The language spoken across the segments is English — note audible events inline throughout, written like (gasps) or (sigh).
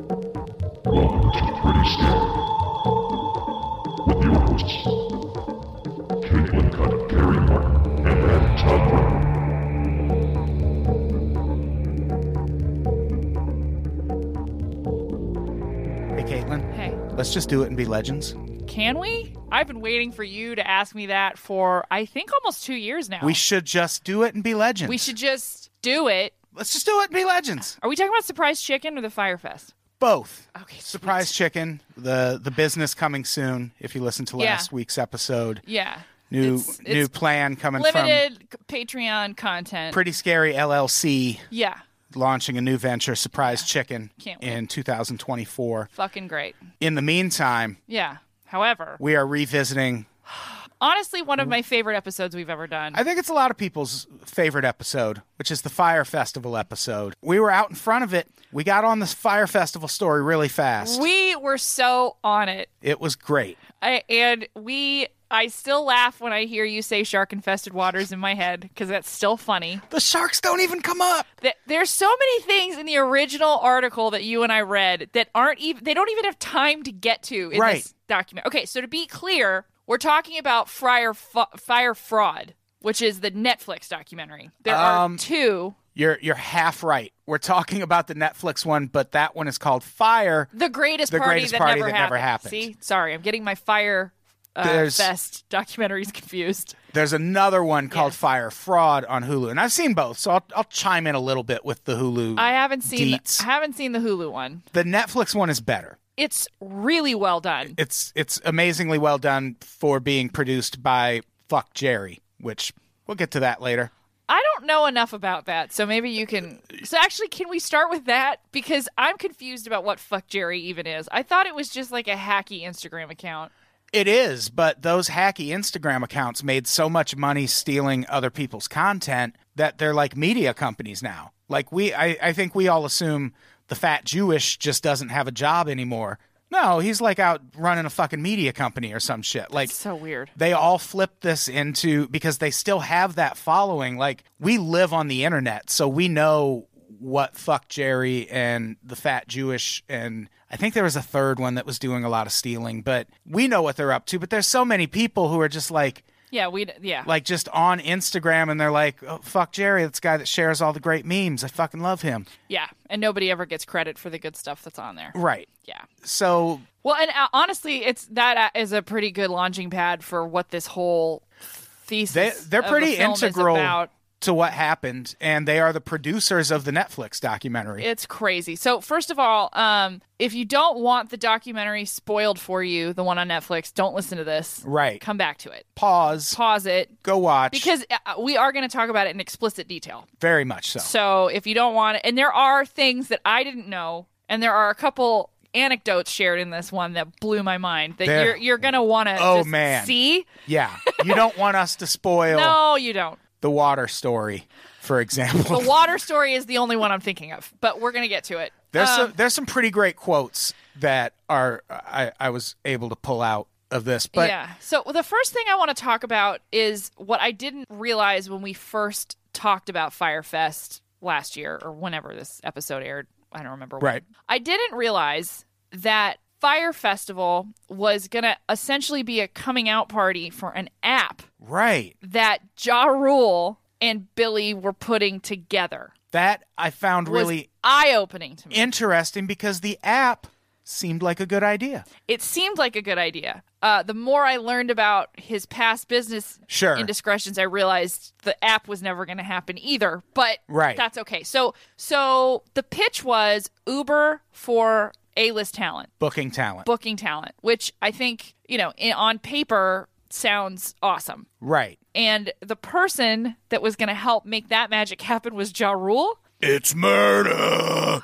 Welcome to Pretty Scary. With your hosts, Caitlin Cutt, Gary Martin, and Matt Todd Brown. Hey, Caitlin. Hey, Let's just do it and be legends. can we? I've been waiting for you to ask me that for I think almost two years now. We should just do it and be legends. we should just do it. Let's just do it and be legends. Are we talking about surprise chicken or the Firefest? Both. Okay, sweet. Surprise chicken. The the business coming soon. If you listen to Yeah. last week's episode, Yeah. new It's- it's new plan coming limited c- Patreon content. from Pretty Scary LLC yeah, launching a new venture, Surprise Chicken, Can't wait. in 2024. fucking great. In the meantime, Yeah. However, we are revisiting. honestly, one of my favorite episodes we've ever done. I think it's a lot of people's favorite episode, which is the Fire Festival episode. We were out in front of it. We got on this Fire Festival story really fast. we were so on it. It was great. I, and we, I still laugh when I hear you say shark infested waters in my head because that's still funny. The sharks don't even come up. Th- There's so many things in the original article that you and I read that aren't even they don't even have time to get to in Right. this document. Okay, so to be clear, we're talking about Friar Fa- Fire Fraud, which is the Netflix documentary. There Um, are two. You're you're half right. We're talking about the Netflix one, but that one is called Fire. The greatest the party, greatest that, party never, that never happened. happened. See, sorry, I'm getting my Fire uh, There's- Fest documentaries (laughs) confused. There's another one called Fire Fraud on Hulu, and I've seen both, so I'll, I'll chime in a little bit with the Hulu. I haven't seen deets. I haven't seen the Hulu one. the Netflix one is better. It's really well done. It's it's amazingly well done for being produced by Fuck Jerry, which we'll get to that later. I don't know enough about that, so maybe you can. So actually, can we start with that? Because I'm confused about what Fuck Jerry even is. I thought it was just like a hacky Instagram account. It is, but those hacky Instagram accounts made so much money stealing other people's content that they're like media companies now. Like we I, I think we all assume the fat Jewish just doesn't have a job anymore. No, he's like out running a fucking media company or some shit. Like So weird. they all flipped this into because they still have that following. Like we live on the internet, so we know what fuck Jerry and the fat Jewish and I think there was a third one that was doing a lot of stealing, but we know what they're up to. But there's so many people who are just like Yeah, we. Yeah, like just on Instagram and they're like, oh, fuck Jerry, this guy that shares all the great memes. I fucking love him. yeah, and nobody ever gets credit for the good stuff that's on there. Right. Yeah. So Well, and uh, honestly, it's that uh, is a pretty good launching pad for what this whole thesis. they they're of the pretty film is integral about. to what happened and they are the producers of the Netflix documentary. It's crazy. So first of all, um, if you don't want the documentary spoiled for you, the one on Netflix, don't listen to this. right. Come back to it. pause, Pause it go watch. because uh, we are going to talk about it in explicit detail. very much so. So if you don't want it, and there are things that I didn't know, and there are a couple anecdotes shared in this one that blew my mind that There- you're you're going to want to Oh, man. Oh. see. Yeah, you (laughs) don't want us to spoil No, you don't. the water story, for The example. water story is the only one I'm thinking of, but we're going to get to it. (laughs) there's Um, some there's some pretty great quotes that are I, I was able to pull out of this, but yeah. So the first thing I want to talk about is what I didn't realize when we first talked about Firefest last year or whenever this episode aired. I don't remember. when. Right. I didn't realize that Fire Festival was going to essentially be a coming out party for an app right that Ja Rule and Billy were putting together. that I found Was really eye opening to me. interesting because the app seemed like a good idea. it seemed like a good idea. Uh, the more I learned about his past business Sure. indiscretions, I realized the app was never going to happen either. But Right. that's okay. So, so the pitch was Uber for A-list talent, Booking talent, booking talent, which I think you know in, on paper sounds awesome. right? And the person that was going to help make that magic happen was Ja Rule. It's (laughs) murder.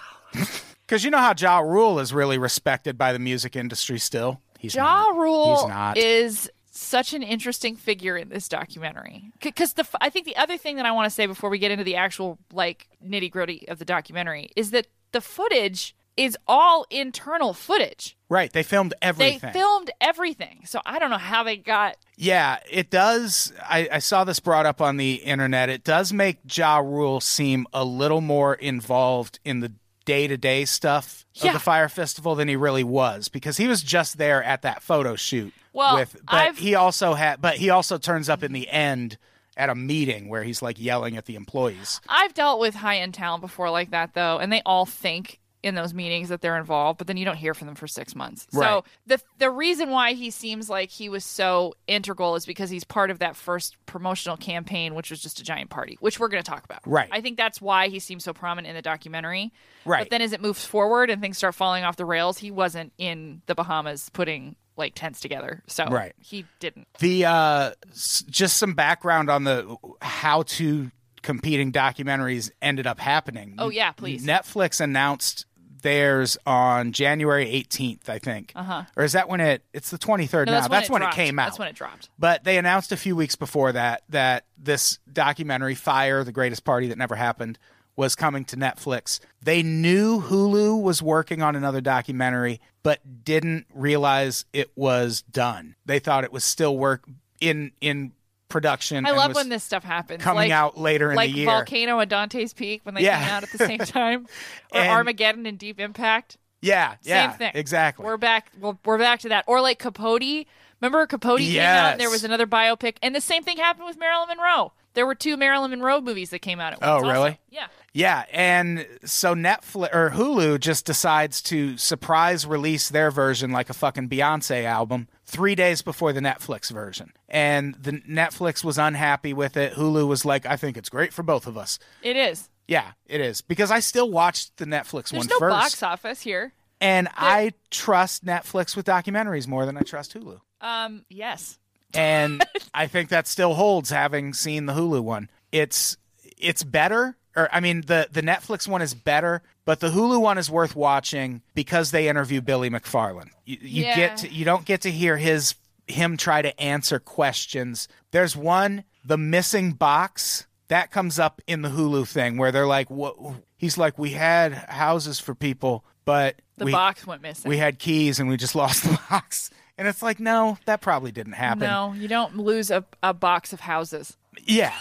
Because you know how Ja Rule is really respected by the music industry still. He's Ja not. Rule He's not. is such an interesting figure in this documentary because the f- I think the other thing that I want to say before we get into the actual like nitty gritty of the documentary is that the footage is all internal footage. right. They filmed everything. They filmed everything, so I don't know how they got. Yeah, it does. I, I saw this brought up on the internet. It does make Ja Rule seem a little more involved in the day to day stuff Yeah. of the Fire Festival than he really was because he was just there at that photo shoot. Well, with, but I've- he also had, but he also turns up in the end at a meeting where he's like yelling at the employees. I've dealt with high end talent before like that though, and they all think in those meetings that they're involved, but then you don't hear from them for six months. Right. So the the reason why he seems like he was so integral is because he's part of that first promotional campaign, which was just a giant party, which we're going to talk about. Right. I think that's why he seems so prominent in the documentary. Right. But then as it moves forward and things start falling off the rails, he wasn't in the Bahamas putting like tents together. So Right. he didn't. The uh, s- just some background on the how to competing documentaries ended up happening. Oh, yeah, please. Netflix announced theirs on January 18th, I think. Uh-huh. Or is that when it? It's the 23rd No, now. that's when, it, dropped. came out. That's when it dropped. But they announced a few weeks before that that this documentary, Fire, the greatest party that never happened, was coming to Netflix. They knew Hulu was working on another documentary, but didn't realize it was done. They thought it was still work in in production. I and love was when this stuff happens. coming like, out later in like the year. Volcano and Dante's Peak when they Yeah. came out at (laughs) the same time, or And- Armageddon and Deep Impact. yeah, yeah, Same thing. exactly. We're back. Well, we're back to that. Or like Capote. Remember Capote came out Yes. and there was another biopic, and the same thing happened with Marilyn Monroe. There were two Marilyn Monroe movies that came out at once. Oh, also. really? Yeah. Yeah, and so Netflix or Hulu just decides to surprise release their version like a fucking Beyonce album three days before the Netflix version. And the Netflix was unhappy with it. Hulu was like, I think it's great for both of us. It is. Yeah, it is. Because I still watched the Netflix There's one no first, box office here. And I trust Netflix with documentaries more than I trust Hulu. Um. Yes. and I think that still holds having seen the Hulu one. It's it's better or I mean the the Netflix one is better, but the Hulu one is worth watching because they interview Billy McFarlane. You, you Yeah. get to, you don't get to hear his him try to answer questions. There's one the missing box that comes up in the Hulu thing where they're like what he's like we had houses for people but The we, box went missing. we had keys and we just (laughs) lost the box. And it's like, no, that probably didn't happen. no, you don't lose a, a box of houses. Yeah.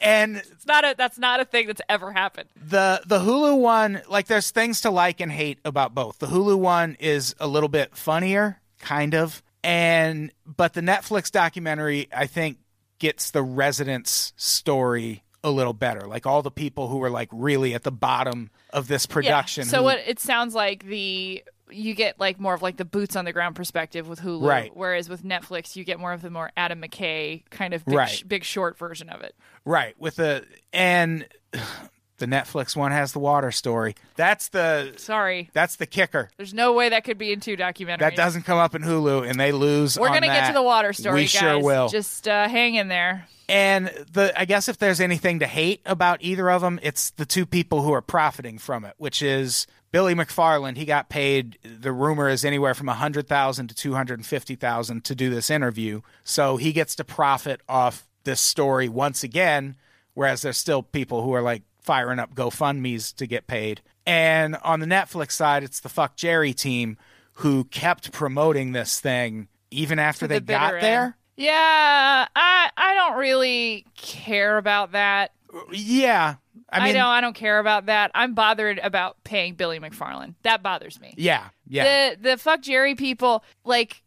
and It's not a. That's not a thing that's ever happened. the the Hulu one, like there's things to like and hate about both. The Hulu one is a little bit funnier, kind of. And but the Netflix documentary, I think, gets the residents' story a little better. Like all the people who were like really at the bottom of this production. Yeah. So who- what it sounds like the you get like more of like the boots on the ground perspective with Hulu, Right. Whereas with Netflix, you get more of the more Adam McKay kind of big, Right. sh- big short version of it. Right, with the and (sighs) the Netflix one has the water story. That's the Sorry, that's the kicker. there's no way that could be in two documentaries. That doesn't come up in Hulu, and they lose. We're on gonna get that. to the water story, We guys. sure will. Just uh, hang in there. and the I guess if there's anything to hate about either of them, it's the two people who are profiting from it, which is Billy McFarland. He got paid. The rumor is anywhere from a hundred thousand to two hundred and fifty thousand to do this interview, so he gets to profit off this story once again. Whereas there's still people who are like firing up GoFundmes to get paid. And on the Netflix side, it's the Fuck Jerry team who kept promoting this thing even after they The bitter got end. there. Yeah, I I don't really care about that. Yeah. I I, mean, don't I don't care about that. I'm bothered about paying Billy McFarlane. That bothers me. Yeah, yeah, the the fuck Jerry people like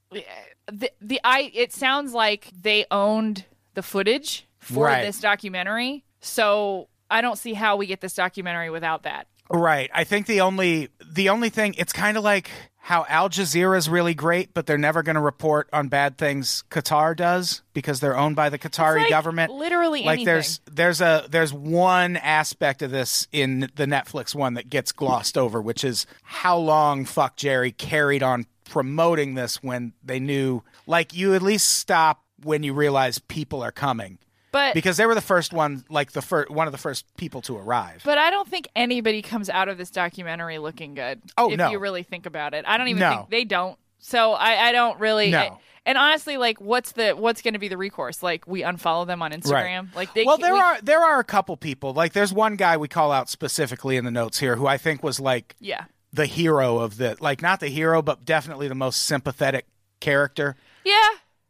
the the I it sounds like they owned the footage for Right. this documentary. So I don't see how we get this documentary without that. right. I think the only the only thing it's kind of like how Al Jazeera is really great, but they're never going to report on bad things Qatar does because they're owned by the Qatari Like, government. literally like anything. there's there's a there's one aspect of this in the Netflix one that gets glossed over, which is how long fuck Jerry carried on promoting this when they knew like you at least stop when you realize people are coming But because they were the first one, like the first one of the first people to arrive. but I don't think anybody comes out of this documentary looking good. Oh, if no. you really think about it, I don't even No. think they don't. So I, I don't really. No. I- and honestly, like, what's the what's going to be the recourse? Like, we unfollow them on Instagram. Like, they, well, there we- are there are a couple people. Like there's one guy we call out specifically in the notes here who I think was like Yeah, the hero of the like not the hero but definitely the most sympathetic character, yeah.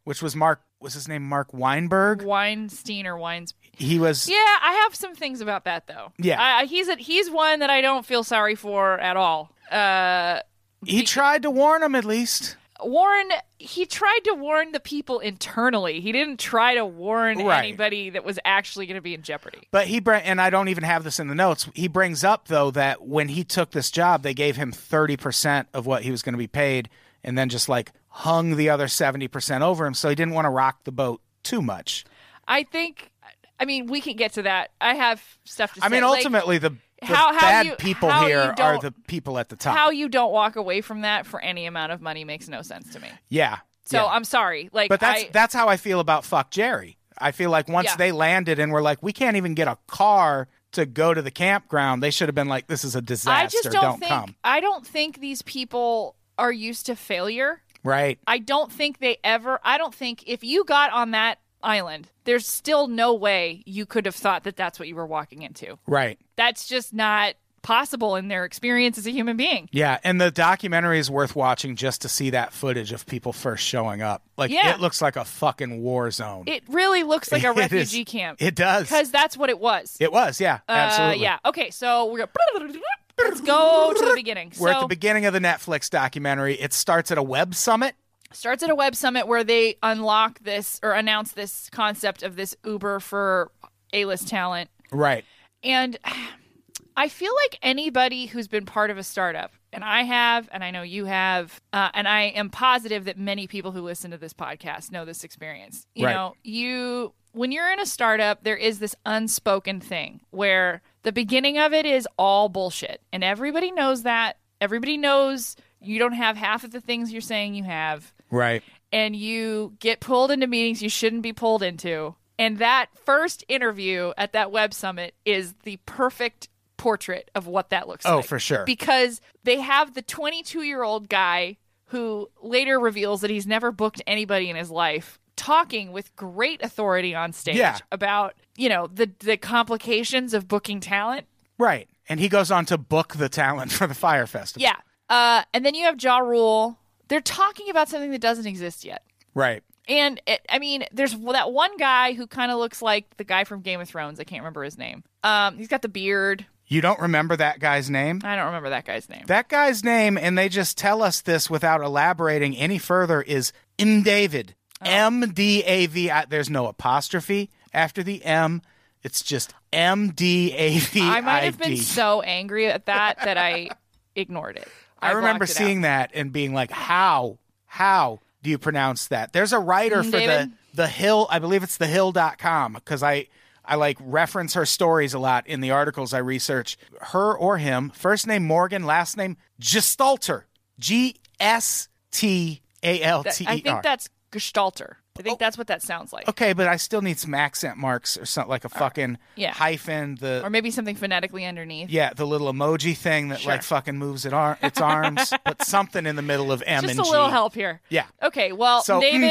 which was Mark was his name Mark Weinberg. Weinstein or Wines. He was Yeah, I have some things about that though. Yeah. I, I- he's a, he's one that I don't feel sorry for at all. Uh, he tried to warn him at least. Warren, he tried to warn the people internally. He didn't try to warn Right. anybody that was actually going to be in jeopardy. But he bring, and I don't even have this in the notes. He brings up though that when he took this job, they gave him thirty percent of what he was going to be paid, and then just like hung the other seventy percent over him. So he didn't want to rock the boat too much. I think. I mean, we can get to that. I have stuff to say. I mean, Like, ultimately, the, the how- how bad you- people how you here are don't- the people at the top. how you don't walk away from that for any amount of money makes no sense to me. yeah. So yeah. I'm sorry. Like, but that's I, that's how I feel about fuck Jerry. I feel like once Yeah. they landed and were like, we can't even get a car to go to the campground. They should have been like, this is a disaster. I just don't, think come. I don't think these people are used to failure. Right. I don't think they ever. I don't think if you got on that island, there's still no way you could have thought that that's what you were walking into. Right. That's just not possible in their experience as a human being. Yeah, and the documentary is worth watching just to see that footage of people first showing up. Like Yeah. it looks like a fucking war zone. It really looks like a (laughs) It is- refugee camp It does. because that's what it was. It was, yeah. Uh, absolutely. yeah. Okay. So we're gonna let's go to the beginning. We're so at the beginning of the Netflix documentary. It starts at a web summit. starts at a web summit where they unlock this or announce this concept of this Uber for A-list talent. Right. And (sighs) I feel like anybody who's been part of a startup, and I have, and I know you have, uh, and I am positive that many people who listen to this podcast know this experience. You Right. know, you when you're in a startup, there is this unspoken thing where the beginning of it is all bullshit, and everybody knows that. Everybody knows you don't have half of the things you're saying you have Right. and you get pulled into meetings you shouldn't be pulled into. And that first interview at that web summit is the perfect portrait of what that looks Oh, like. for sure. Because they have the 22 year old guy who later reveals that he's never booked anybody in his life talking with great authority on stage Yeah. about, you know, the, the complications of booking talent. Right. And he goes on to book the talent for the Fire Festival. Yeah. Uh, and then you have Ja Rule. They're talking about something that doesn't exist yet. Right. And it, I mean, there's that one guy who kind of looks like the guy from Game of Thrones. I can't remember his name. Um, he's got the beard. You don't remember that guy's name? I don't remember that guy's name. That guy's name, and they just tell us this without elaborating any further, is M. David. Oh. M D A V I. There's no apostrophe after the M. It's just M D A V E I D. I might have been so angry at that that I (laughs) ignored it. I remember seeing that and being like, how? How do you pronounce that? There's a writer for the, David? the Hill, I believe it's thehill.com, because I, I like reference her stories a lot in the articles I research. Her or him, first name Morgan, last name Gestalter. G S T A L that. T I E think R. Oh. that's Gestalter. I think that's what that sounds like. Okay, but I still need some accent marks or something like a fucking Yeah. hyphen, the Or maybe something phonetically underneath. yeah, the little emoji thing that Sure. like fucking moves it ar- its (laughs) arms, but something in the middle of M Just and a G. little help here. Yeah. Okay. Well, So, mm, David,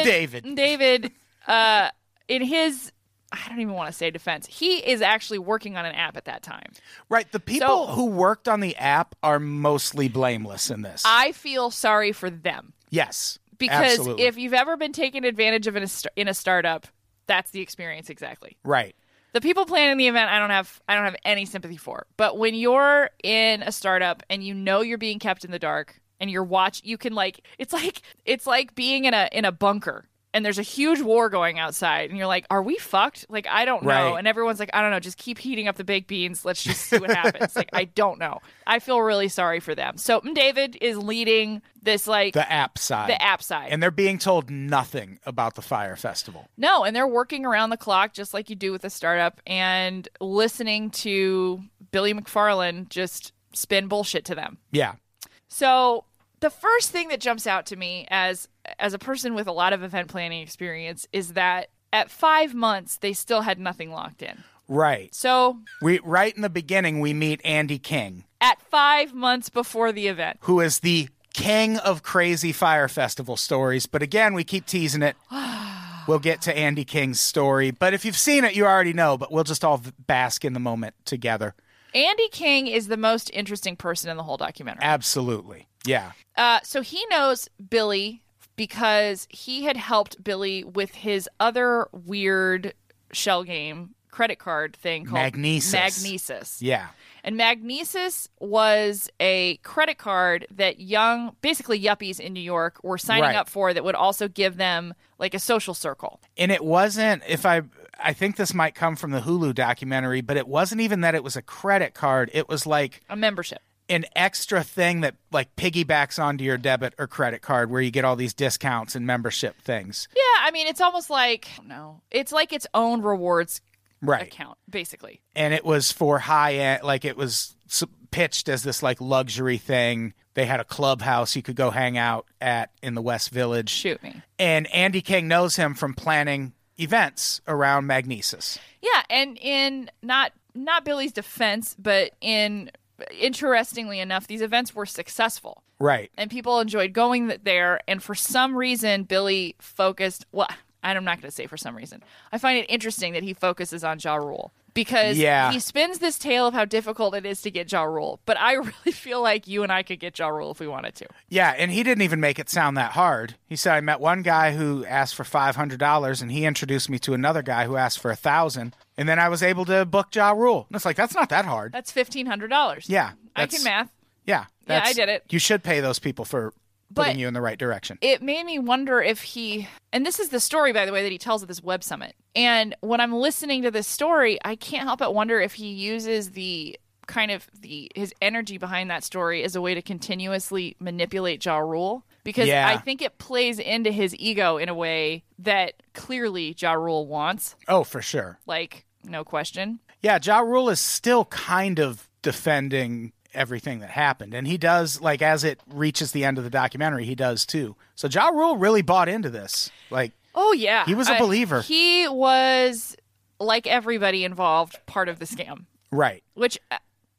David. mm, David, uh, in his, I don't even want to say defense. He is actually working on an app at that time. Right. The people who worked on the app are mostly blameless in this. I feel sorry for them. yes. because absolutely. if you've ever been taken advantage of in a, st- in a startup that's the experience exactly right. the people planning the event i don't have i don't have any sympathy for but when you're in a startup and you know you're being kept in the dark and you're watch you can like it's like it's like being in a in a bunker and there's a huge war going outside and you're like are we fucked like i don't know Right. and everyone's like i don't know just keep heating up the baked beans let's just see what happens like i don't know i feel really sorry for them so david is leading this like The app side. the app side And they're being told nothing about the fire festival. No, and they're working around the clock just like you do with a startup and listening to Billy McFarlane just spin bullshit to them. Yeah. So, the first thing that jumps out to me as as a person with a lot of event planning experience is that at five months they still had nothing locked in. Right. So We right in the beginning we meet Andy King, at five months before the event, who is the king of crazy fire festival stories. But again, we keep teasing (sighs) it. We'll get to Andy King's story, but if you've seen it, you already know. But we'll just all bask in the moment together. Andy King is the most interesting person in the whole documentary. Absolutely. Yeah. Uh, so he knows Billy because he had helped Billy with his other weird shell game credit card thing called Magnesis. Magnesis. Yeah. And Magnesis was a credit card that young, basically yuppies in New York were signing Right. up for that would also give them like a social circle. and it wasn't if i i think this might come from the hulu documentary but it wasn't even that it was a credit card it was like a membership. an extra thing that like piggybacks onto your debit or credit card where you get all these discounts and membership things Yeah, I mean, it's almost like no, it's like its own rewards right account, basically. and it was for high end like it was s- pitched as this like luxury thing they had a clubhouse you could go hang out at in the west village Shoot me. and andy king knows him from planning events around magnesis Yeah, and in not not Billy's defense, but in interestingly enough, these events were successful. right and people enjoyed going th- there. And for some reason, Billy focused. Well, I'm not going to say for some reason. I find it interesting that he focuses on Ja Rule because Yeah. he spins this tale of how difficult it is to get Ja Rule. But I (laughs) really feel like you and I could get Ja Rule if we wanted to. Yeah, and he didn't even make it sound that hard. He said I met one guy who asked for five hundred dollars, and he introduced me to another guy who asked for a thousand, and then I was able to book Ja Rule. And it's like that's not that hard. That's fifteen hundred dollars. Yeah, I that's- can math. Yeah, Yeah, I that's- did it. You should pay those people for putting But- you in the right direction. it made me wonder if he and this is the story by the way that he tells at this web summit and when i'm listening to this story i can't help but wonder if he uses the kind of the his energy behind that story as a way to continuously manipulate jaw rule because Yeah. i think it plays into his ego in a way that clearly jaw rule wants oh, for sure. like no question Yeah, Ja Rule is still kind of defending everything that happened. And he does, like, as it reaches the end of the documentary, he does too. So Ja Rule really bought into this. Like, oh yeah He was a I- believer. he was like everybody involved part of the scam right. which uh,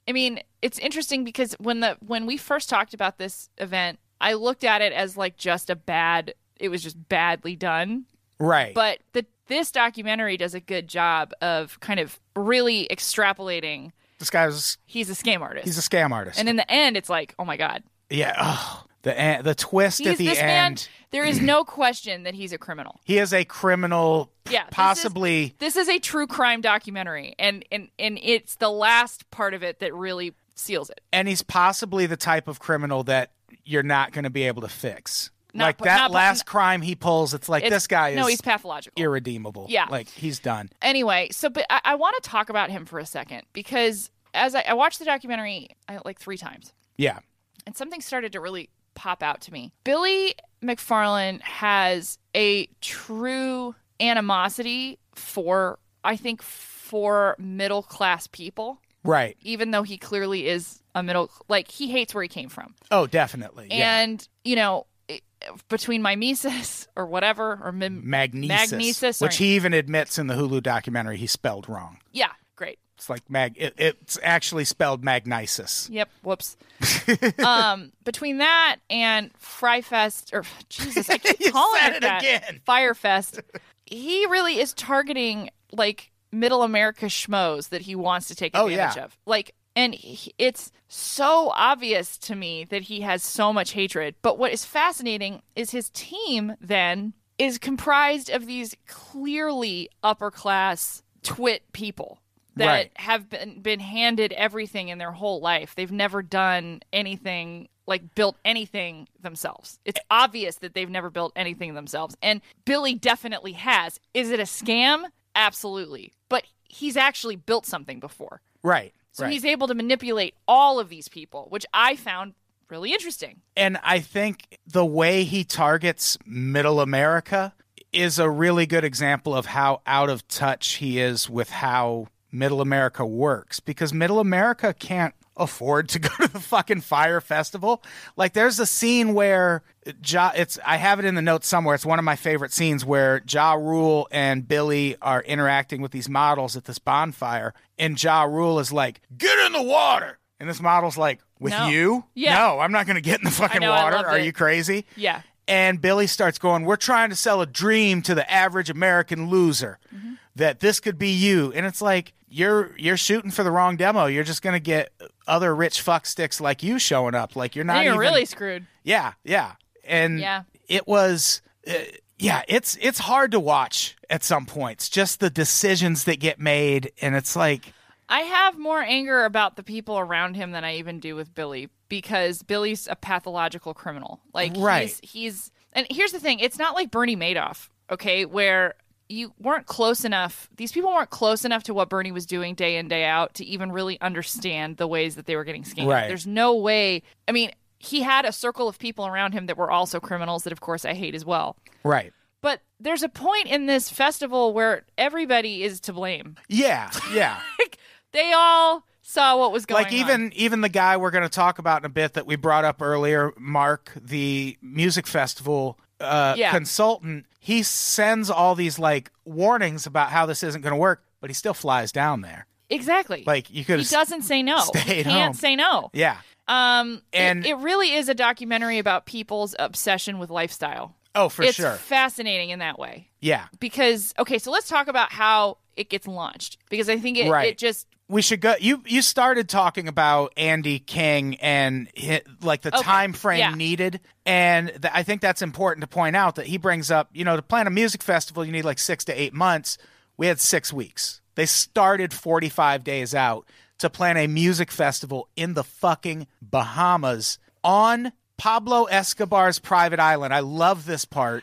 i mean it's interesting because when the when we first talked about this event i looked at it as like just a bad it was just badly done Right. but the this documentary does a good job of kind of really extrapolating this guy's he's a scam artist he's a scam artist. and in the end it's like oh my god Yeah. Oh, the en- the twist he's at the this end. man there is no question that he's a criminal He is a criminal. Yeah, this is- Possibly. this is a true crime documentary and and and it's the last part of it that really seals it and he's possibly the type of criminal that you're not going to be able to fix. Not like po- that not po- last crime he pulls, it's like It's- this guy is no he's pathological irredeemable. Yeah. Like he's done. anyway, so but I, I want to talk about him for a second because as I, I watched the documentary I, like three times, Yeah. and something started to really pop out to me. Billy McFarlane has a true animosity for I think for middle class people, Right. even though he clearly is a middle like he hates where he came from Oh, definitely. yeah. and you know it- between mimesis or whatever or mim- Magnesis, Magnesis, which or- he even admits in the Hulu documentary he spelled wrong. yeah great It's like mag. It, it's actually spelled magnisis. Yep. Whoops. (laughs) um, between that and Fryfest, or (laughs) (laughs) Jesus, I keep You calling said it it that. again. Firefest. He really is targeting like middle America schmoes that he wants to take Oh, advantage yeah. of. Like, and he, it's so obvious to me that he has so much hatred. But what is fascinating is his team then is comprised of these clearly upper class twit people that Right. have been been handed everything in their whole life. They've never done anything like built anything themselves. It's obvious that they've never built anything themselves. And Billy definitely has. Is it a scam? Absolutely. But he's actually built something before. Right. So right. he's able to manipulate all of these people, which I found really interesting. And I think the way he targets middle America is a really good example of how out of touch he is with how middle America works because middle America can't afford to go to the fucking fire festival. Like there's a scene where Ja it's I have it in the notes somewhere. It's one of my favorite scenes where Ja Rule and Billy are interacting with these models at this bonfire and Ja Rule is like, "Get in the water." And this model's like, "With No. you? Yeah. No, I'm not going to get in the fucking know, I water. loved Are it. you crazy?" Yeah. And Billy starts going, We're trying to sell a dream to the average American loser Mm-hmm. that this could be you. And it's like, you're you're shooting for the wrong demo. You're just gonna get other rich fuck sticks like you showing up. Like you're not Then you're even really screwed. yeah, yeah. And Yeah. it was uh, yeah, it's it's hard to watch at some points. Just the decisions that get made and it's like I have more anger about the people around him than I even do with Billy because Billy's a pathological criminal. Like Right. he's he's and here's the thing, it's not like Bernie Madoff, okay, where you weren't close enough. These people weren't close enough to what Bernie was doing day in day out to even really understand the ways that they were getting scammed. Right. There's no way. I mean, he had a circle of people around him that were also criminals that of course I hate as well. Right. But there's a point in this festival where everybody is to blame Yeah, yeah. like they all saw what was going like even on. even the guy we're going to talk about in a bit that we brought up earlier mark the music festival uh, Yeah. consultant he sends all these like warnings about how this isn't going to work but he still flies down there exactly like you could he have doesn't say no he (laughs) stayed home. can't say no yeah um it- And- it, really is a documentary about people's obsession with lifestyle oh for it's sure fascinating in that way yeah because okay so let's talk about how it gets launched because i think it, Right. it just we should go you you started talking about andy king and hi like the Okay, time frame yeah. needed and th- i think that's important to point out that he brings up you know to plan a music festival you need like six to eight months we had six weeks they started 45 days out to plan a music festival in the fucking bahamas on pablo escobar's private island i love this part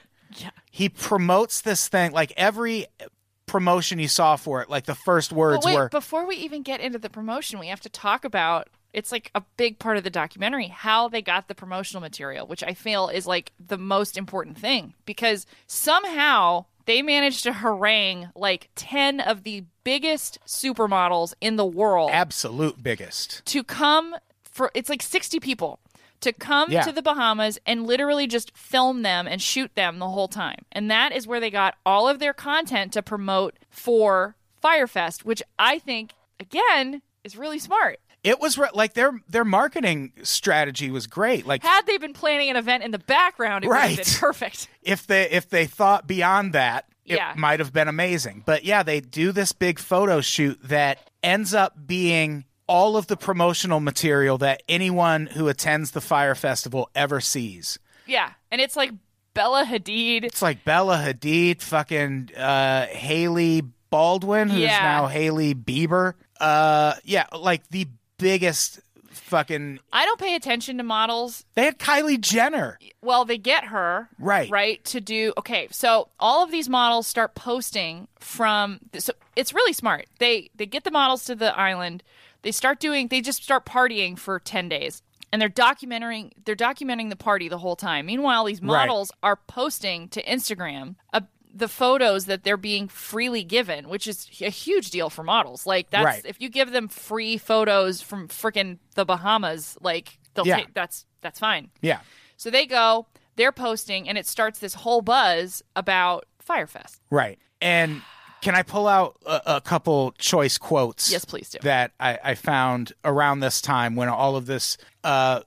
he promotes this thing like every promotion you saw for it like the first words but wait were before we even get into the promotion we have to talk about it's like a big part of the documentary how they got the promotional material which i feel is like the most important thing because somehow they managed to harangue like 10 of the biggest supermodels in the world absolute biggest. to come for it's like 60 people to come Yeah. to the Bahamas and literally just film them and shoot them the whole time. And that is where they got all of their content to promote for Firefest, which I think again is really smart. It was re- like their their marketing strategy was great. Like Had they been planning an event in the background, it would have Right. been perfect. if they if they thought beyond that, it Yeah. might have been amazing. But yeah, they do this big photo shoot that ends up being all of the promotional material that anyone who attends the Fire Festival ever sees. Yeah. And it's like Bella Hadid. It's like Bella Hadid, fucking uh, Haley Baldwin, who's Yeah. now Haley Bieber. Uh, yeah, like the biggest fucking. I don't pay attention to models. They had Kylie Jenner. Well, they get her. Right. Right. To do. Okay. So all of these models start posting from. So it's really smart. They they get the models to the island. They start doing. They just start partying for ten days, and they're documenting. They're documenting the party the whole time. Meanwhile, these Right. models are posting to Instagram. uh the photos that they're being freely given, which is a huge deal for models. Like that's Right. if you give them free photos from frickin' the Bahamas, like they'll Yeah. take that's that's fine. Yeah. So they go, they're posting, and it starts this whole buzz about Firefest. Right. And can I pull out a, a couple choice quotes? Yes, please do. That I, I found around this time when all of this. Uh,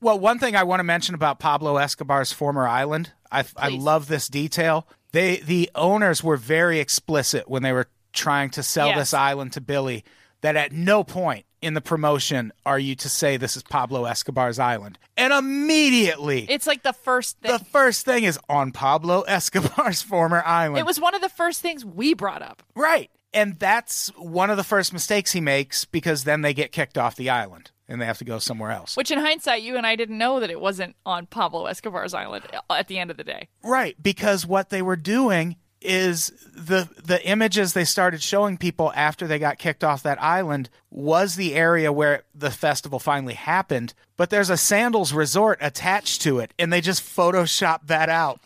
well, one thing I want to mention about Pablo Escobar's former island, I, I Please. love this detail. They the owners were very explicit when they were trying to sell Yes. this island to Billy that at no point in the promotion are you to say this is Pablo Escobar's island, and immediately. It's like the first thing. the first thing is on Pablo Escobar's former island. it was one of the first things we brought up. Right. And that's one of the first mistakes he makes because then they get kicked off the island and they have to go somewhere else. Which, in hindsight, you and I didn't know that it wasn't on Pablo Escobar's island at the end of the day. Right, because what they were doing is the the images they started showing people after they got kicked off that island was the area where the festival finally happened, but there's a sandals resort attached to it (laughs) and they just photoshopped that out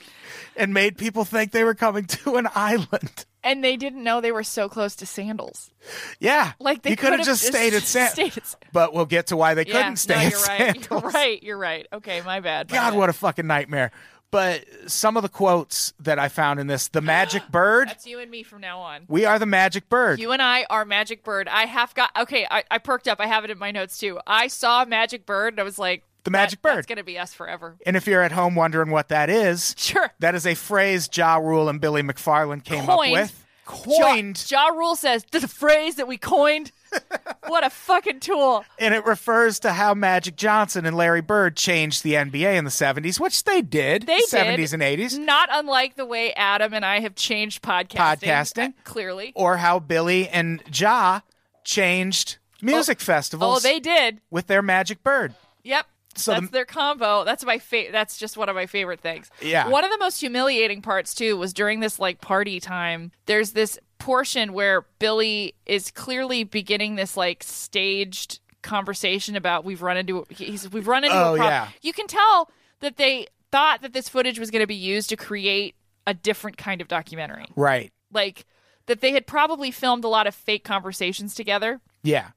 and made people think they were coming to an island. and they didn't know they were so close to sandals. Yeah. Like they you could have just stayed (laughs) at San- stayed at San- But we'll get to why they Yeah, couldn't stay no, at you're right. Sandals. You're (laughs) right. You're right. Okay, my bad. my God, bad. what a fucking nightmare. But some of the quotes that I found in this, the (gasps) magic bird, That's you and me from now on. we are the magic bird. You and I are Magic Bird. I have got okay. I, I perked up. I have it in my notes too. I saw Magic Bird and I was like, The Magic that- Bird. That's gonna be us forever. and if you're at home wondering what that is, (laughs) Sure. that is a phrase Ja Rule and Billy McFarland came Coined. up with. Coined. Ja, ja Rule says the phrase that we (laughs) coined. what a fucking tool. and it refers to how Magic Johnson and Larry Bird changed the NBA in the 70s, which they did. They did. 70s and 80s. Not unlike the way Adam and I have changed podcasting. Podcasting. uh, clearly. Or how Billy and Ja changed music festivals Oh, they did. with their Magic Bird. Yep. So that's the- their combo. That's my fa- that's just one of my favorite things. Yeah. One of the most humiliating parts too was during this like party time. There's this portion where Billy is clearly beginning this like staged conversation about we've run into he's we've run into Oh, a problem. yeah. You can tell that they thought that this footage was going to be used to create a different kind of documentary. Right. Like that they had probably filmed a lot of fake conversations together Yeah.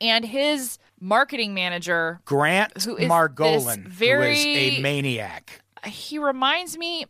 and his marketing manager Grant Who is Margolin, this who is very- a maniac. he reminds me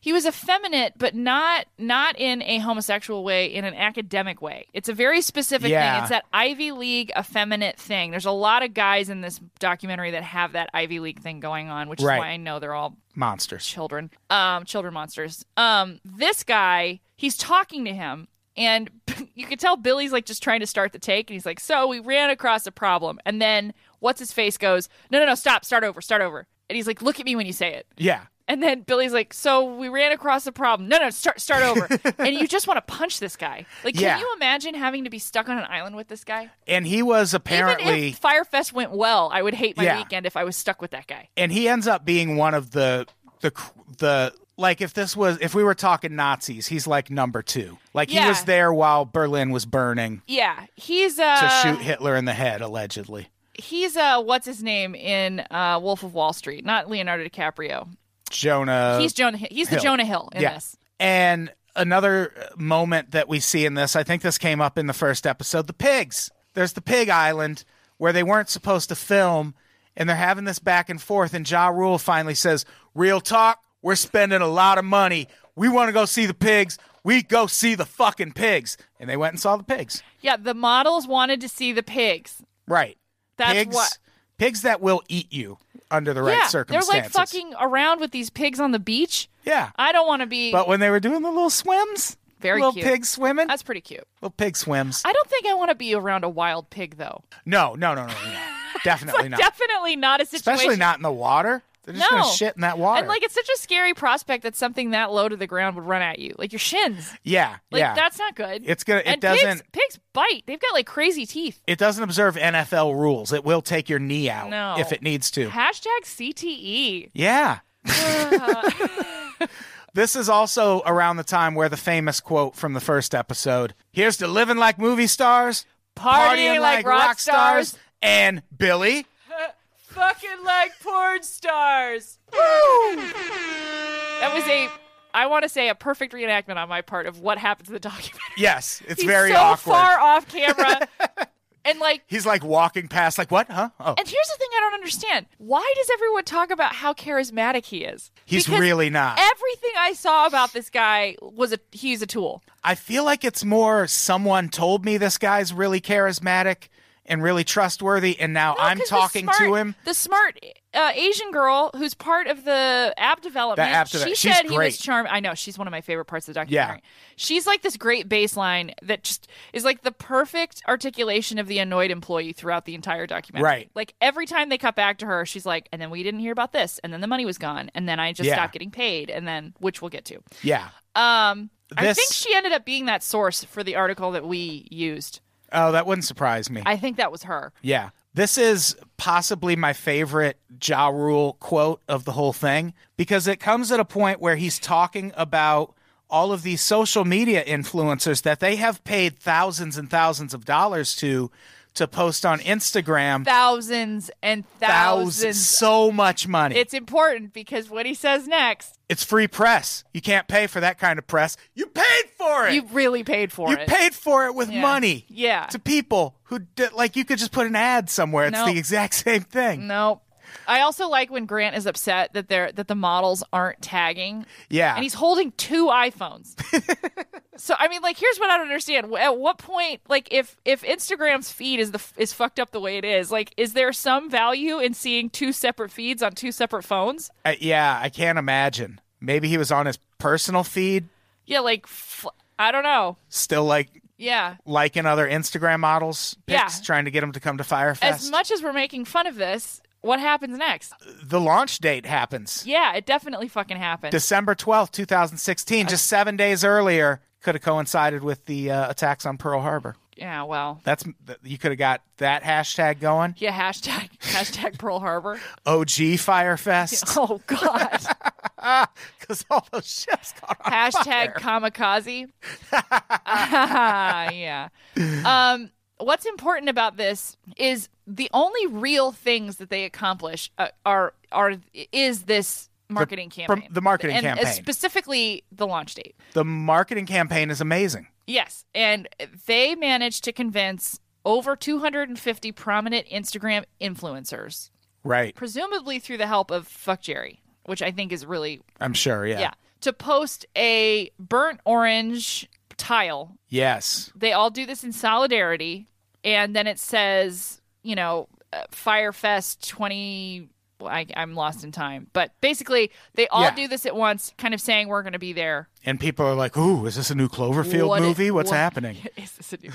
he was effeminate but not not in a homosexual way in an academic way it's a very specific Yeah. thing it's that ivy league effeminate thing there's a lot of guys in this documentary that have that ivy league thing going on which Right. is why i know they're all Monsters. children um children monsters um this guy he's talking to him and (laughs) you can tell billy's like just trying to start the take and he's like so we ran across a problem and then what's his face goes no no no stop start over start over and he's like look at me when you say it Yeah. and then Billy's like, "So we ran across a problem. No, no, start (laughs) start over." and you just want to punch this guy. Like, can Yeah. you imagine having to be stuck on an island with this guy? And he was apparently Even if Firefest went well, I would hate my Yeah. weekend if I was stuck with that guy. and he ends up being one of the the the like if this was if we were talking Nazis, he's like number 2. Like he Yeah. was there while Berlin was burning Yeah, he's to uh, shoot Hitler in the head allegedly. he's uh, what's his name in uh, Wolf of Wall Street? Not Leonardo DiCaprio. Jonah he's Jonah. Hill. He's the Uh, Hill. Jonah Hill in Yeah. this. And another moment that we see in this, I think this came up in the first episode, the pigs. There's the pig island where they weren't supposed to film and they're having this back and forth and Ja Rule finally says, "Real talk, we're spending a lot of money. We want to go see the pigs. We go see the fucking pigs." And they went and saw the pigs. Yeah, the models wanted to see the pigs. Right. That's pigs what- pigs that will eat you under the right yeah, they're circumstances. like fucking around with these pigs on the beach. Yeah. I don't want to be. But when they were doing the little swims, Very little cute. pig swimming, That's pretty cute. little pig swims. I don't think I want to be around a wild pig, though. No, no, no, no, no, (laughs) no. Definitely not. Definitely not a situation. Especially not in the water. They're just No. gonna shit in that water. And like, it's such a scary prospect that something that low to the ground would run at you, like your shins. yeah, Like yeah. that's not good. It's gonna- it and doesn't- Pigs, pigs bite. They've got like crazy teeth. it doesn't observe NFL rules. It will take your knee out No. if it needs to. Hashtag E. CTE. (laughs) yeah. (laughs) this is also around the time where the famous quote from the first episode, here's to living like movie stars, Partying like rock stars." and Billy. Fucking like porn stars. that was a, I want to say a perfect reenactment on my part of what happened to the documentary. Yes, it's He's very so awkward. far off camera, (laughs) and like He's like walking past, like what? Huh? Oh, And here's the thing I don't understand. Why does everyone talk about how charismatic he is? He's Because really not. Everything I saw about this guy was a he's a tool. I feel like it's more someone told me this guy's really charismatic and really trustworthy, and now No, I'm 'cause the talking to smart- him. The smart uh, Asian girl who's part of the app development. The app develop- she she's said he great. was charming. I know she's one of my favorite parts of the documentary. Yeah. She's like this great baseline that just is like the perfect articulation of the annoyed employee throughout the entire documentary. Right. Like every time they cut back to her, she's like, and then we didn't hear about this, and then the money was gone, and then I just Yeah. stopped getting paid, and then which we'll get to. Yeah. Um, I This- think she ended up being that source for the article that we used. Oh, that wouldn't surprise me. I think that was her. yeah. This is possibly my favorite Ja Rule quote of the whole thing because it comes at a point where he's talking about all of these social media influencers that they have paid thousands and thousands of dollars to to post on Instagram Thousands and thousands, thousands. so much money. It's important because what he says next, It's free press. You can't pay for that kind of press. You paid for it. you really paid for You it. paid for it with Yeah. money. Yeah. To people who did, like you could just put an ad somewhere. It's Nope. the exact (laughs) same thing. Nope. I also like when Grant is upset that they're that the models aren't tagging. Yeah. And he's holding (laughs) two iPhones. so I mean, like, here's what I don't understand. At what point, like, if if Instagram's feed is the is fucked up the way it is, like, is there some value in seeing two separate feeds on two separate phones? Uh, yeah, I can't imagine. Maybe he was on his personal feed, Yeah, like, f- I don't know. still like Yeah. liking other Instagram models, pics, Yeah. trying to get them to come to Firefest. As much as we're making fun of this, what happens next? the launch date happens Yeah, it definitely fucking happens. December twelfth, two thousand sixteen. Just seven days earlier, could have coincided with the uh, attacks on Pearl Harbor. yeah, well. That's th- you could have got that hashtag going. Yeah, hashtag (laughs) hashtag Pearl (laughs) Harbor. OG Firefest (laughs) Oh God. because all those ships got on. (laughs) Hashtag (laughs) kamikaze. (laughs) Ah, yeah. Um, what's important about this is the only real things that they accomplish uh, are are is this marketing campaign, the marketing and uh, campaign. specifically the launch date. The marketing campaign is amazing. Yes, and they managed to convince over 250 prominent Instagram influencers, Right, presumably through the help of Fuck Jerry, which I think is really I'm sure. Yeah. yeah to post a burnt orange tile Yes. they all do this in solidarity and then it says you know uh, firefest 20 well, I, i'm lost in time but basically they all Yeah. do this at once kind of saying we're going to be there And people are like, "Ooh, is this a new Cloverfield What i- movie? What's what- happening?" (laughs) is this a new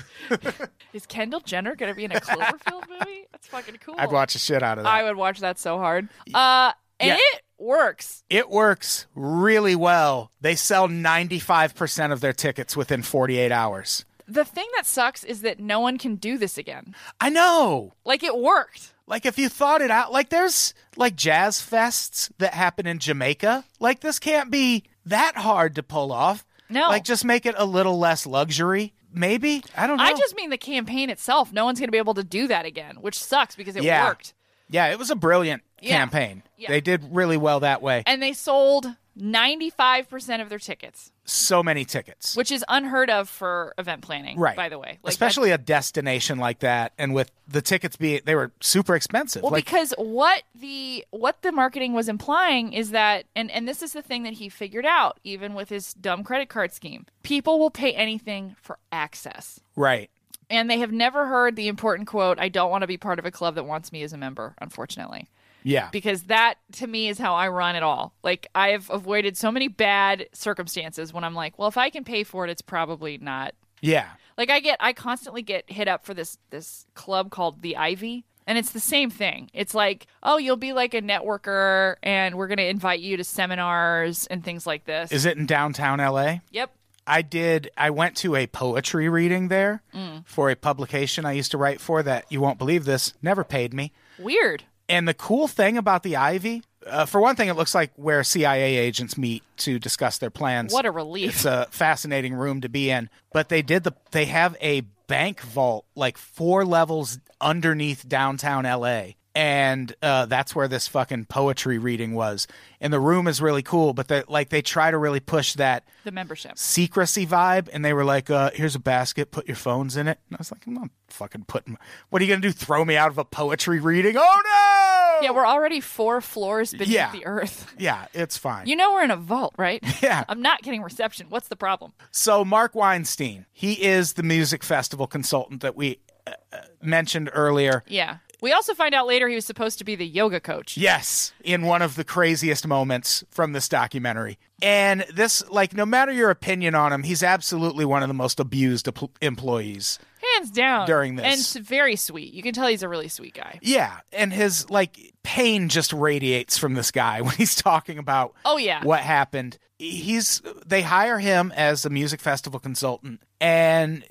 is kendall jenner going to be in a cloverfield movie that's fucking cool I'd watch the shit out of that. i would watch that so hard uh and Yeah. it works it works really well. They sell 95% of their tickets within 48 hours. the thing that sucks is that no one can do this again I know. like it worked Like if you thought it out, like there's like jazz fests that happen in Jamaica. Like this can't be that hard to pull off. No. Like just make it a little less luxury. Maybe. I don't know. I just mean the campaign itself. No one's going to be able to do that again, which sucks because it Yeah. worked. Yeah, it was a brilliant Yeah. campaign. Yeah. They did really well that way. And they sold 95% of their tickets, so many tickets. which is unheard of for event planning, right. by the way. Like, Especially a destination like that and with the tickets being they were super expensive. Well, like because what the what the marketing was implying is that, and and this is the thing that he figured out, even with his dumb credit card scheme, people will pay anything for access, right. and they have never heard the important quote: "I don't want to be part of a club that wants me as a member." Unfortunately, Yeah. because that to me is how I run it all. Like I've avoided so many bad circumstances when I'm like, well, if I can pay for it, it's probably not. yeah. Like I get, I constantly get hit up for this this club called the Ivy, and it's the same thing. It's like, oh, you'll be like a networker, and we're gonna invite you to seminars and things like this. Is it in downtown LA? yep. I did. I went to a poetry reading there Mm. for a publication I used to write for that you won't believe this never paid me. Weird. And the cool thing about the Ivy, uh, for one thing, it looks like where CIA agents meet to discuss their plans. What a relief. It's a fascinating room to be in. But they did the. They have a bank vault like four levels underneath downtown LA. And uh, that's where this fucking poetry reading was, and the room is really cool. But they like they try to really push that The membership. secrecy vibe and they were like uh here's a basket put your phones in it and i was like i'm not fucking putting what are you gonna do throw me out of a poetry reading oh no Yeah, we're already four floors beneath Yeah. the earth. yeah it's fine You Uh, know we're in a vault, right? (laughs) (laughs) Yeah. I'm not getting reception. What's the problem? so mark weinstein he is the music festival consultant that we uh, uh, mentioned earlier Yeah. We also find out later he was supposed to be the yoga coach. Yes, in one of the craziest moments from this documentary. And this, like, no matter your opinion on him, he's absolutely one of the most abused empl- employees. Hands down. During this. And s- very sweet. You can tell he's a really sweet guy. Yeah, and his like pain just radiates from this guy (laughs) when he's talking about Oh, yeah. what happened. He's they hire him as a music festival consultant and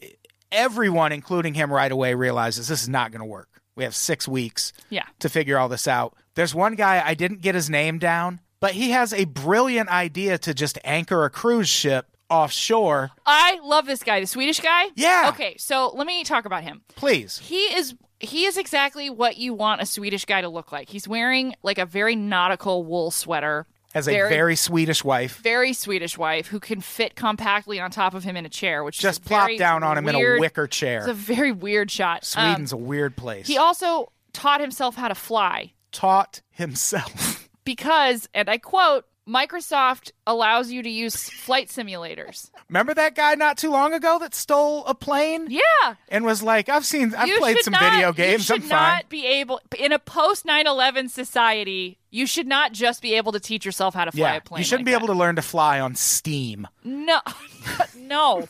everyone including him right away realizes this is not going to work. We have 6 weeks Yeah. to figure all this out. There's one guy I didn't get his name down, but he has a brilliant idea to just anchor a cruise ship offshore. I love this guy, the Swedish guy. Yeah. Okay, so let me talk about him. Please. He is he is exactly what you want a Swedish guy to look like. He's wearing like a very nautical wool sweater. As a Very- very, Swedish wife, Very Swedish wife who can fit compactly on top of him in a chair, which is just a plop very down on him in weird- a wicker It's a chair. very weird shot. Um, Sweden's a weird place. he also taught himself how to fly taught himself. (laughs) because, and I quote, Microsoft allows you to use flight simulators. Remember that guy not too long ago that stole a plane Yeah. and was like, "I've seen, I've you played should some not- video games. You I'm should fine." not be able, in a post 9 11 society, you should not just be able to teach yourself how to fly yeah, a plane. you shouldn't like be able to learn to fly on Steam. No, (laughs) (laughs) no.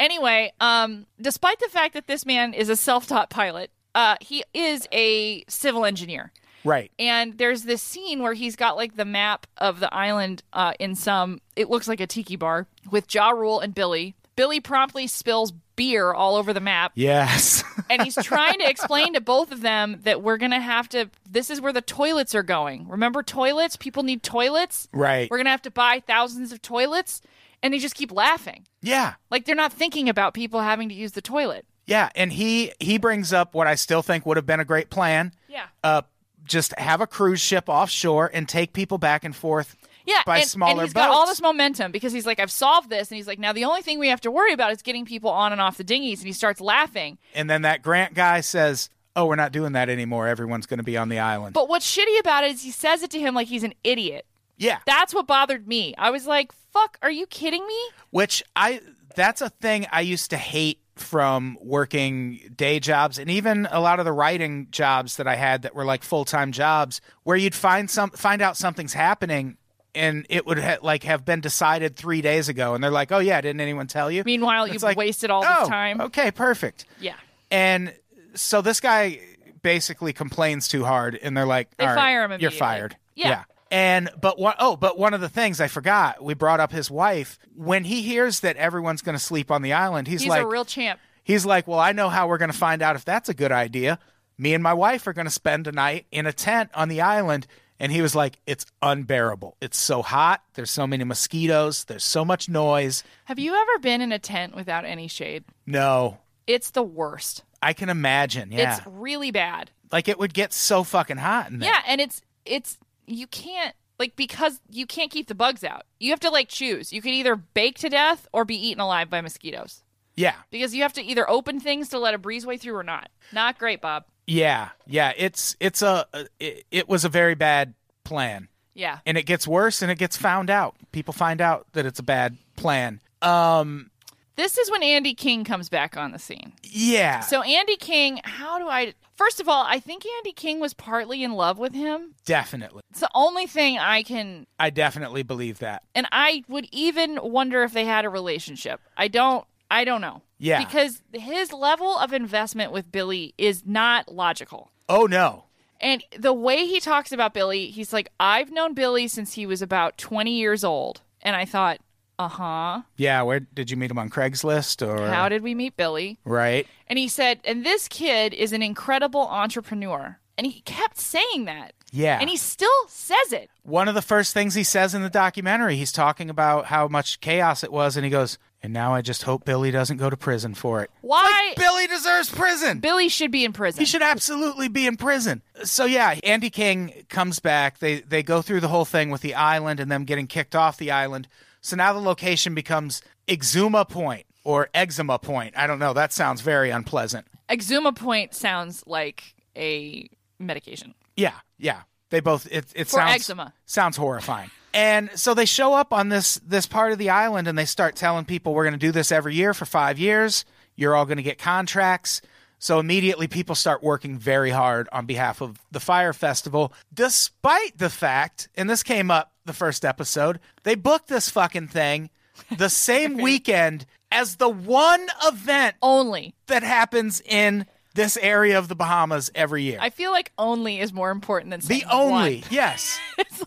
anyway, um, despite the fact that this man is a self-taught pilot, uh, he is a civil engineer. Right. And there's this scene where he's got like the map of the island uh, in some. It looks like a tiki bar with Ja Rule and Billy. Billy promptly spills beer all over the map Yes. (laughs) and he's trying to explain to both of them that we're gonna have to this is where the toilets are going remember toilets people need toilets Right. we're gonna have to buy thousands of toilets and they just keep laughing yeah. like they're not thinking about people having to use the toilet Yeah, and he he brings up what I still think would have been a great plan. Yeah. Uh just have a cruise ship offshore and take people back and forth yeah by and, smaller and he's boats. got all this momentum because he's like i've solved this and he's like now the only thing we have to worry about is getting people on and off the dinghies and he starts laughing and then that Grant guy says, "Oh, we're not doing that anymore. Everyone's going to be on the island." but what's shitty about it is he says it to him like he's an idiot yeah. that's what bothered me i was like fuck are you kidding me which I that's a thing I used to hate from working day jobs and even a lot of the writing jobs that I had that were like full-time jobs where you'd find some find out something's happening and it would ha- like have been decided 3 days ago and they're like, "Oh yeah, didn't anyone tell you?" Meanwhile, It's you've wasted all this oh, time." Okay, perfect. yeah And so this guy basically complains too hard, and they're like, They "All right, fire him You're immediately." fired." Yeah. And but one oh, but one of the things I forgot, we brought up his wife. When he hears that everyone's going to sleep on the island, he's, he's like, a real champ he's like, "Well, I know how we're going to find out if that's a good idea. Me and my wife are going to spend a night in a tent on the island." And he was like, "It's unbearable. It's so hot. There's so many mosquitoes. There's so much noise. Have you ever been in a tent without any shade? No, It's the worst. I can imagine. Yeah, It's really bad. Like it would get so fucking hot in there. Yeah, and it's it's you can't like because you can't keep the bugs out. You have to like choose. You can either bake to death or be eaten alive by mosquitoes. Yeah. Because you have to either open things to let a breeze way through or not. Not great, Bob. Yeah. Yeah. It's it's a a- it, it was a very bad plan. Yeah. And it gets worse and it gets found out. People find out that it's a bad plan. Um This is when Andy King comes back on the scene. yeah. So Andy King, how do I First of all, I think Andy King was partly in love with him. definitely. It's the only thing I can I definitely believe that. and I would even wonder if they had a relationship. I don't I don't know. Yeah. Because his level of investment with Billy is not logical. Oh no. And the way he talks about Billy, he's like, I've known Billy since he was about 20 years old. And I thought, uh huh. Yeah, where did you meet him on Craigslist or How did we meet Billy? Right. And he said, and this kid is an incredible entrepreneur. And he kept saying that. Yeah. And he still says it. One of the first things he says in the documentary, he's talking about how much chaos it was and he goes, "And now I just hope Billy doesn't go to prison for it." Why? Billy deserves prison. Billy should be in prison. He should absolutely be in prison. So yeah, Andy King comes back. They they go through the whole thing with the island and them getting kicked off the island. So now the location becomes Exuma Point or Eczema Point. I don't know. That sounds very unpleasant. Exuma Point sounds like a medication. Yeah, yeah. They both it it For sounds eczema. sounds horrifying. And so they show up on this this part of the island and they start telling people we're going to do this every year for 5 years. You're all going to get contracts. So immediately people start working very hard on behalf of the fire festival despite the fact and this came up the first episode. They booked this fucking thing the (laughs) same weekend as the one event Only. that happens in this area of the Bahamas every year. I feel like only is more important than The saying only, one. yes.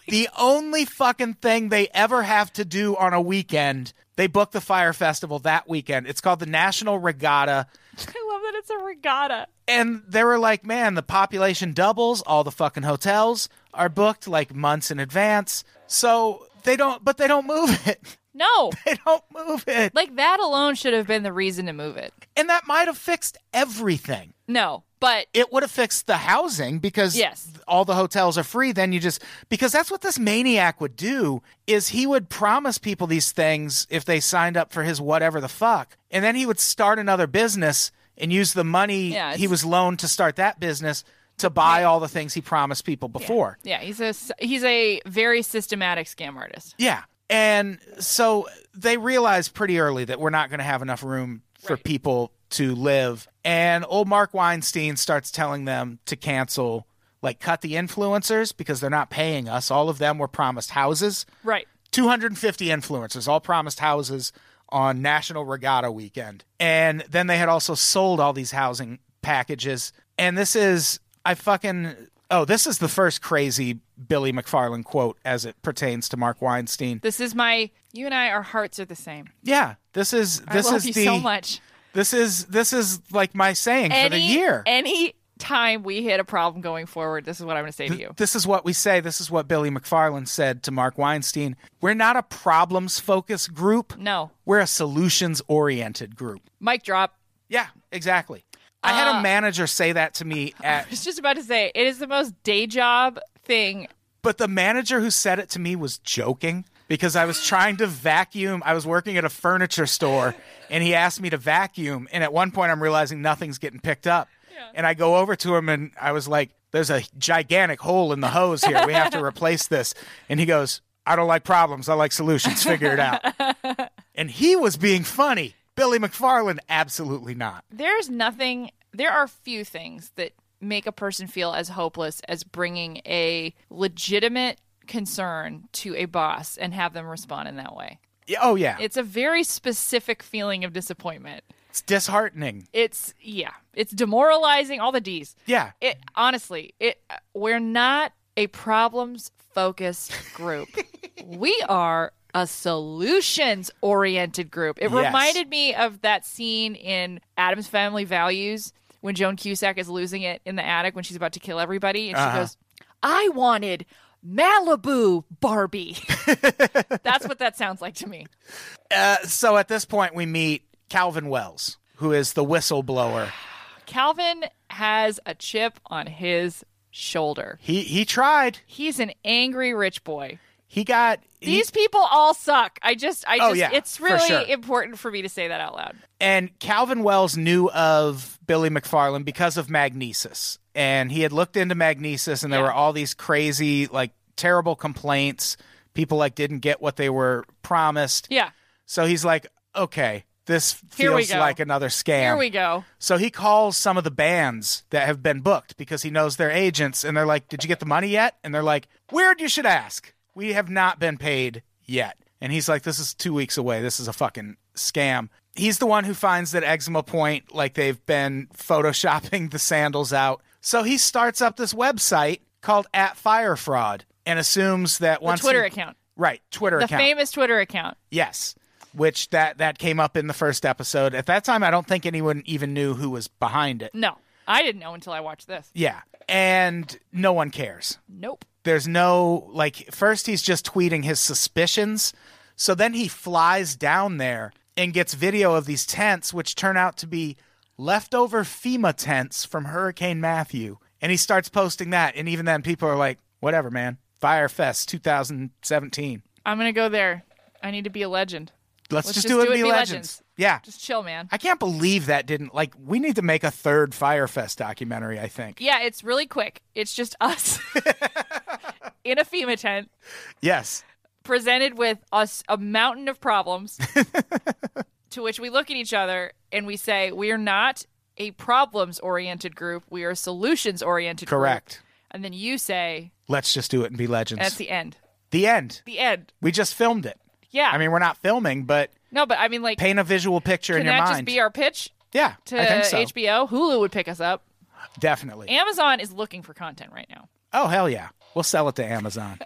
the only fucking thing they ever have to do on a weekend, they book the fire festival that weekend. It's called the National Regatta. (laughs) I love that it's a regatta. And they were like, man, the population doubles. All the fucking hotels are booked like months in advance. So they don't, but they don't move (laughs) it. No. They don't move it. like that alone should have been the reason to move it. And that might have fixed everything. No, but it would have fixed the housing because Yes. all the hotels are free then you just because that's what this maniac would do is he would promise people these things if they signed up for his whatever the fuck and then he would start another business and use the money Yeah, it's- he was loaned to start that business to buy all the things he promised people before yeah, he's a s- he's a very systematic scam artist. yeah, and so they realized pretty early that we're not going to have enough room for Right. people to live and old mark weinstein starts telling them to cancel like cut the influencers because they're not paying us all of them were promised houses Right. 250 influencers all promised houses on National Regatta weekend. And then they had also sold all these housing packages. And this is, I fucking, oh, this is the first crazy Billy McFarland quote as it pertains to Mark Weinstein. This is my you and I our hearts are the same. Yeah, this is, this I love is you the, so much. this is, this is like my saying for the year. any time we hit a problem going forward, this is what I'm going to say to you. This is what we say. This is what Billy McFarland said to Mark Weinstein. We're not a problems focused group. No, We're a solutions oriented group. mic drop. Yeah, exactly. I Uh, had a manager say that to me at I (laughs) was just about to say it is the most day job thing. but the manager who said it to me was joking because I was trying to vacuum. I was working at a furniture store and he asked me to vacuum and at one point I'm realizing nothing's getting picked up. And I go over to him and I was like there's a gigantic hole in the hose here. We have to replace this. And he goes, "I don't like problems. I like solutions. Figure it out." and he was being funny. Billy McFarland absolutely not. There's nothing. There are few things that make a person feel as hopeless as bringing a legitimate concern to a boss and have them respond in that way. Yeah, Oh yeah. It's a very specific feeling of disappointment. It's disheartening. It's yeah, it's demoralizing. All the D's. Yeah. It honestly, it we're not a problems focused group. we are a solutions oriented group. It Yes. reminded me of that scene in Adam's Family Values when Joan Cusack is losing it in the attic when she's about to kill everybody and she goes, "I wanted Malibu Barbie." That's what that sounds like to me. Uh, so at this point, we meet Calvin Wells, who is the whistleblower. Calvin has a chip on his shoulder. He he tried. He's an angry rich boy. He got he- These people all suck. I just, I just, Oh, yeah, it's for really sure. important for me to say that out loud. and Calvin Wells knew of Billy McFarland because of Magnesis, and he had looked into Magnesis, and there Yeah. were all these crazy, like terrible complaints. People like didn't get what they were promised. Yeah. So he's like, okay, this Here we feels go. like another scam. Here we go. So he calls some of the bands that have been booked because he knows their agents, and they're like, "Did you get the money yet?" And they're like, "Weird, you should ask. We have not been paid yet." And he's like, "This is two weeks away. This is a fucking scam." He's the one who finds that Eczema Point, like they've been photoshopping the sandals out. So he starts up this website called at Fire Fraud and assumes that The once he- Twitter account, right, Twitter the account, famous Twitter account. Yes, which that that came up in the first episode. At that time, I don't think anyone even knew who was behind it. No, I didn't know until I watched this. Yeah, and no one cares. Nope. There's no like. First, he's just tweeting his suspicions. So then he flies down there and gets video of these tents, which turn out to be leftover FEMA tents from Hurricane Matthew. And he starts posting that, and even then, people are like, "Whatever, man." Firefest 2017. I'm going to go there. I need to be a legend. Let's, Let's just, just do it. do and be it, be legends. legends. Yeah. Just chill, man. I can't believe that didn't like we need to make a third Firefest documentary, I think. Yeah, it's really quick. It's just (laughs) us in a FEMA tent Yes. presented with us a mountain of (laughs) problems to which we look at each other and we say we're not a problems oriented group we are a solutions oriented Correct. and then you say Let's just do it and be legends. and that's the end The end. the end We just filmed it. yeah I mean, we're not filming, but no but i mean like paint a visual picture can in your that mind. just be our pitch yeah, to I think so. hbo hulu would pick us up Definitely. amazon is looking for content right now oh hell yeah. We'll sell it to (laughs) Amazon.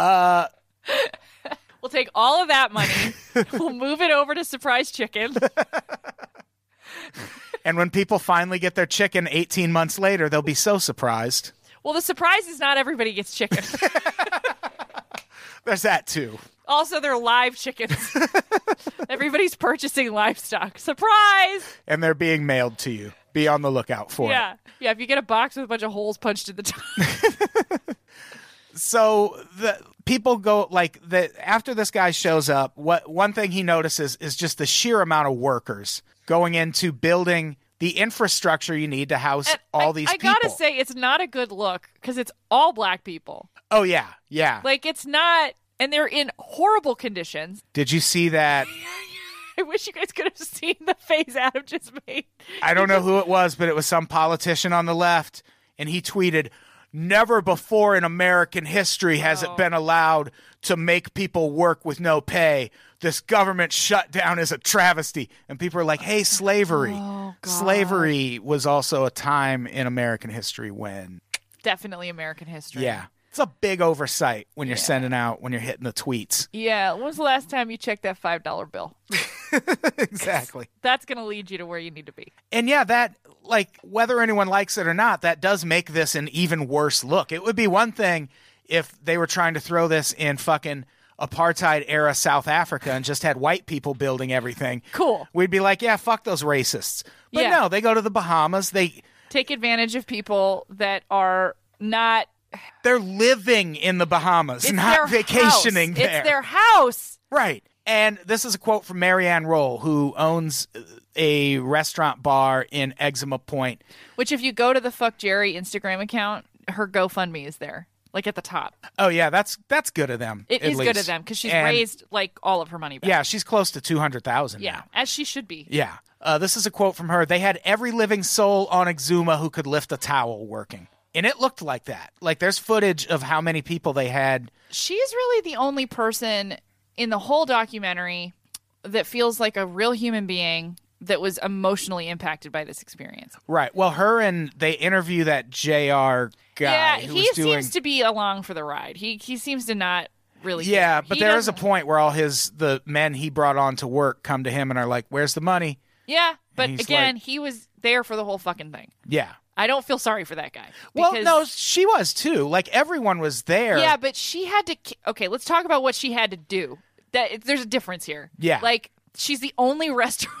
we'll take all of that money (laughs) we'll move it over to surprise chicken and when people finally get their chicken 18 months later, they'll be so surprised. well the surprise is not everybody (laughs) gets chicken There's that too. Also, they're live chickens. Everybody's purchasing livestock. Surprise! And they're being mailed to you. Be on the lookout for it. Yeah. Yeah. If you get a box with a bunch of holes punched in the top. so the people go like the after this guy shows up what one thing he notices is just the sheer amount of workers going into building the infrastructure you need to house all I- these I, people gotta say, it's not a good look because it's all black people. oh yeah yeah Like, it's not, and they're in horrible conditions. (laughs) did you see that I wish you guys could have seen the face Adam just made. i don't know who it was but it was some politician on the left and he tweeted never before in american history has it been allowed to make people work with no pay this government shutdown is a travesty and people are like hey slavery slavery was also a time in american history when Definitely American history. yeah it's a big oversight when you're sending out when you're hitting the tweets (laughs) Yeah. When was the last time you checked that $5 bill? exactly That's going to lead you to where you need to be. and yeah that like whether anyone likes it or not that does make this an even worse look it would be one thing if they were trying to throw this in fucking apartheid era south africa and just had white people building everything Cool. we'd be like yeah fuck those racists but Yeah. no they go to the bahamas they Take advantage of people that are not. they're living in the bahamas It's not their vacationing house. there It's their house. Right. And this is a quote from Marianne Roll, who owns a restaurant bar in Eczema Point. Which, if you go to the Fuck Jerry Instagram account, her GoFundMe is there, like at the top. Oh yeah, that's that's good of them. It at is good of least. them because she's And, raised like all of her money back. Yeah, she's close to two hundred thousand. Yeah. As she should be. Yeah. Uh, this is a quote from her. They had every living soul on Exuma who could lift a towel working, and it looked like that. Like there's footage of how many people they had. She's really the only person in the whole documentary that feels like a real human being that was emotionally impacted by this experience. Right. Well, her and they interview that Jr. guy. yeah, who he was doing... seems to be along for the ride. He he seems to not really Yeah, care. but He there is a doesn't- point where all his the men he brought on to work come to him and are like, "Where's the money?" Yeah, but he's again, like- he was there for the whole fucking thing. Yeah. I don't feel sorry for that guy. Well, because- no, she was too. Like everyone was there. Yeah, but she had to. ki- Okay, let's talk about what she had to do. That it- there's a difference here. Yeah. like she's the only (laughs) restaurant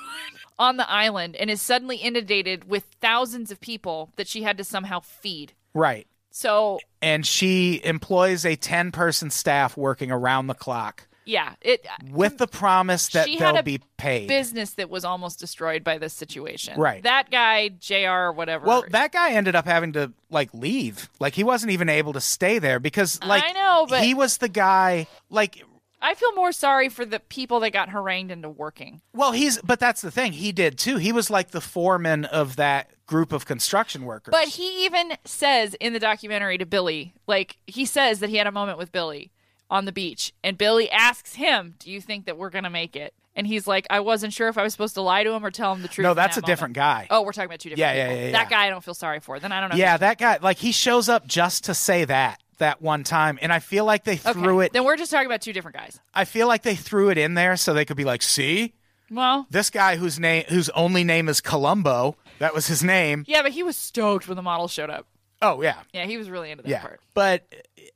on the island and is suddenly inundated with thousands of people that she had to somehow feed. right. So And she employs a ten person staff working around the clock yeah, it with the promise that She had they'll a be paid. business that was almost destroyed by this situation. Right. that guy Jr. or Whatever. well, that guy ended up having to like leave. Like he wasn't even able to stay there because like I know, but- he was the guy like I feel more sorry for the people that got harangued into working. well, he's but that's the thing. He did too. He was like the foreman of that group of construction workers. But he even says in the documentary to Billy, like he says that he had a moment with Billy on the beach, and Billy asks him, "Do you think that we're gonna make it?" And he's like, "I wasn't sure if I was supposed to lie to him or tell him the truth." No, in that's a that different guy. moment." Oh, we're talking about two different. Yeah, yeah, people. yeah, yeah. That guy I don't feel sorry for. Then I don't know. yeah, that guy, like he shows up just to say that that one time, and I feel like they Okay. threw it. Then we're just talking about two different guys. I feel like they threw it in there so they could be like, see, Well, this guy whose name, whose only name is Columbo, that was his name. yeah, but he was stoked when the model showed up. Oh yeah, Yeah, he was really into that yeah. part. But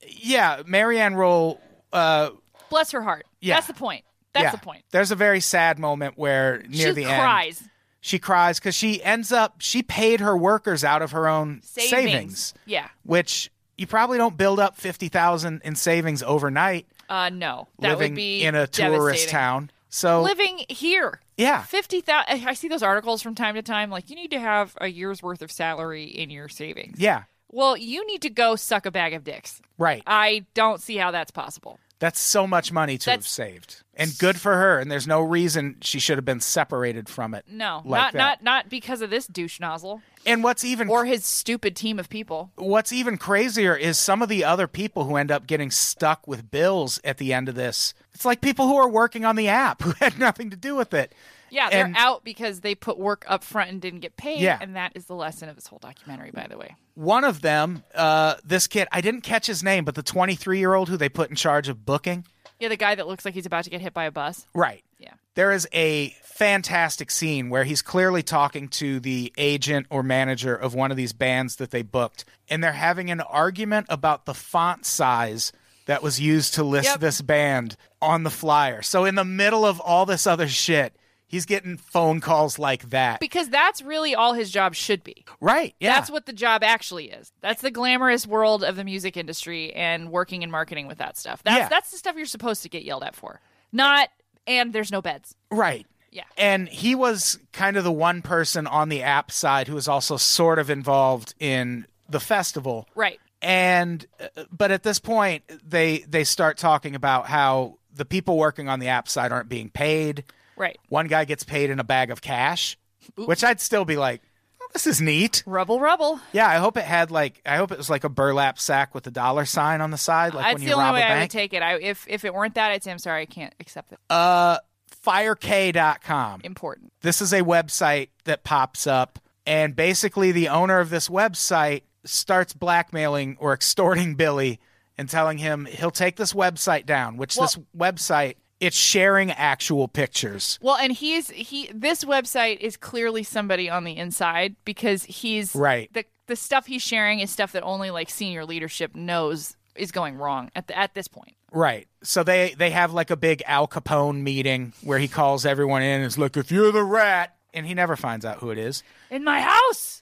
yeah, Marianne Roll. Uh, Bless her heart. Yeah. that's the point. That's yeah. the point. There's a very sad moment where near she the end, cries. she cries because she ends up she paid her workers out of her own Savings. savings Yeah. which you probably don't build up fifty thousand in savings overnight. Uh, no, that living would be in a tourist devastating. town. So living here. Yeah. fifty thousand. I see those articles from time to time. Like you need to have a year's worth of salary in your savings. yeah, Well, you need to go suck a bag of dicks. right. I don't see how that's possible. That's so much money to have That's- saved, and good for her. And there's no reason she should have been separated from it. No, like not that. not not because of this douche nozzle And what's even or his stupid team of people. what's even crazier is some of the other people who end up getting stuck with bills at the end of this. It's like people who are working on the app (laughs) who had nothing to do with it. Yeah, they're And- out because they put work up front and didn't get paid. Yeah. and that is the lesson of this whole documentary, by the way. One of them, uh, this kid, I didn't catch his name, but the 23 year old who they put in charge of booking. Yeah, the guy that looks like he's about to get hit by a bus. Right. Yeah. There is a fantastic scene where he's clearly talking to the agent or manager of one of these bands that they booked, and they're having an argument about the font size that was used to list Yep. this band on the flyer. So, in the middle of all this other shit, He's getting phone calls like that. because that's really all his job should be. right. Yeah. That's what the job actually is. That's the glamorous world of the music industry and working and marketing with that stuff. That's Yeah. that's the stuff you're supposed to get yelled at for. Not and there's no beds. Right. Yeah. And he was kind of the one person on the app side who was also sort of involved in the festival. Right. And uh, but at this point they they start talking about how the people working on the app side aren't being paid. Right. One guy gets paid in a bag of cash, which I'd still be like, "Oh, this is neat. Rubble rubble. Yeah, I hope it had like I hope it was like a burlap sack with a dollar sign on the side, like That's when the you only rob way a I would bank. Uh. take it. I if if it weren't that, I'd say I'm sorry, I can't accept it. Firek.com. Important. this is a website that pops up and basically the owner of this website starts blackmailing or extorting billy and telling him he'll take this website down which this website it's sharing actual pictures Well, and he's he this website is clearly somebody on the inside because he's Right. The the stuff he's sharing is stuff that only like senior leadership knows is going wrong at the, at this point. right so they they have like a big al capone meeting where he calls everyone in and is like if you're the rat and he never finds out who it is in my house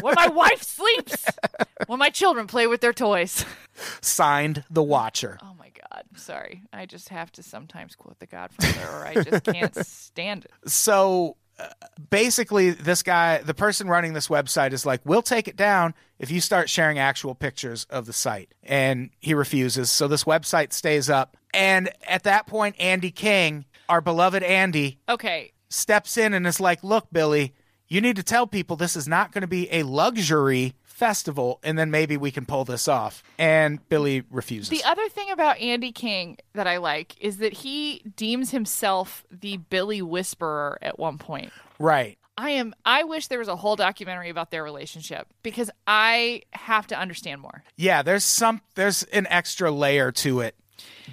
where my wife sleeps while my children play with their toys. signed the watcher Oh my God. I'm sorry. I just have to sometimes quote The Godfather or I just can't stand it. so uh, basically this guy the person running this website is like we'll take it down if you start sharing actual pictures of the site and he refuses so this website stays up and at that point andy king our beloved andy Okay. steps in and is like look billy you need to tell people this is not going to be a luxury festival and then maybe we can pull this off and billy refuses The other thing about Andy King that I like is that he deems himself the Billy Whisperer at one point. right I am I wish there was a whole documentary about their relationship because I have to understand more. yeah there's some there's an extra layer to it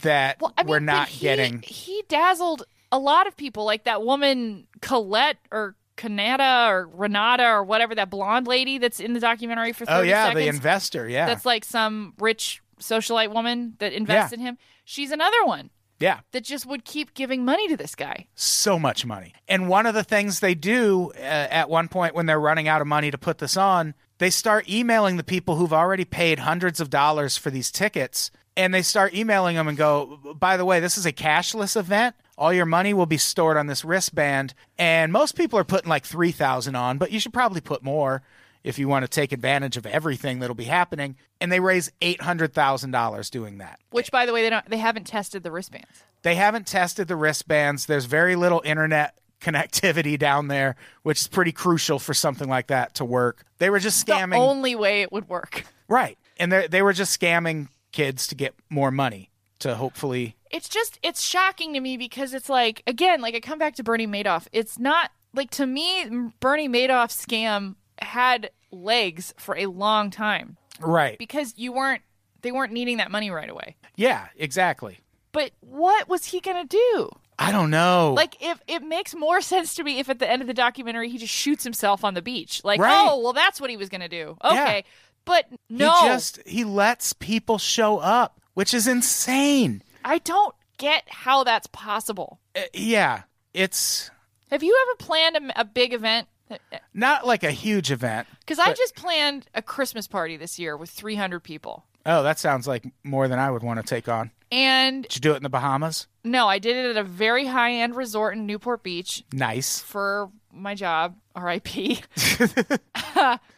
that Well, I mean, we're but not he- getting He dazzled a lot of people, like that woman Colette or Kanata or Renata or whatever that blonde lady that's in the documentary for Oh thirty yeah, seconds. the investor. Yeah, that's like some rich socialite woman that invests in him. She's another one yeah, that just would keep giving money to this guy. so much money. And one of the things they do uh, at one point when they're running out of money to put this on, they start emailing the people who've already paid hundreds of dollars for these tickets, and they start emailing them and go, "By the way, this is a cashless event." All your money will be stored on this wristband, and most people are putting like three thousand on, but you should probably put more if you want to take advantage of everything that'll be happening. And they raise eight hundred thousand dollars doing that. Which, by the way, they don't. They haven't tested the wristbands. They haven't tested the wristbands. There's very little internet (laughs) connectivity down there, which is pretty crucial for something like that to work. They were just The scamming. only way it would work. right. And they they were just scamming kids to get more money to hopefully. it's just it's shocking to me because it's like again like i come back to bernie madoff it's not like to me bernie madoff's scam had legs for a long time Right. because you weren't they weren't needing that money right away yeah, exactly. but what was he gonna do I don't know. like if it makes more sense to me if at the end of the documentary he just shoots himself on the beach like Right. oh well that's what he was gonna do Yeah. okay but he no just he lets people show up, which is insane. i don't get how that's possible Uh, yeah. It's have you ever planned a, a big event not like a huge event. Because I just planned a Christmas party this year with 300 people. Oh, that sounds like more than I would want to take on. And Did you do it in the Bahamas? no, I did it at a very high end resort in Newport Beach Nice. for my job, RIP. (laughs)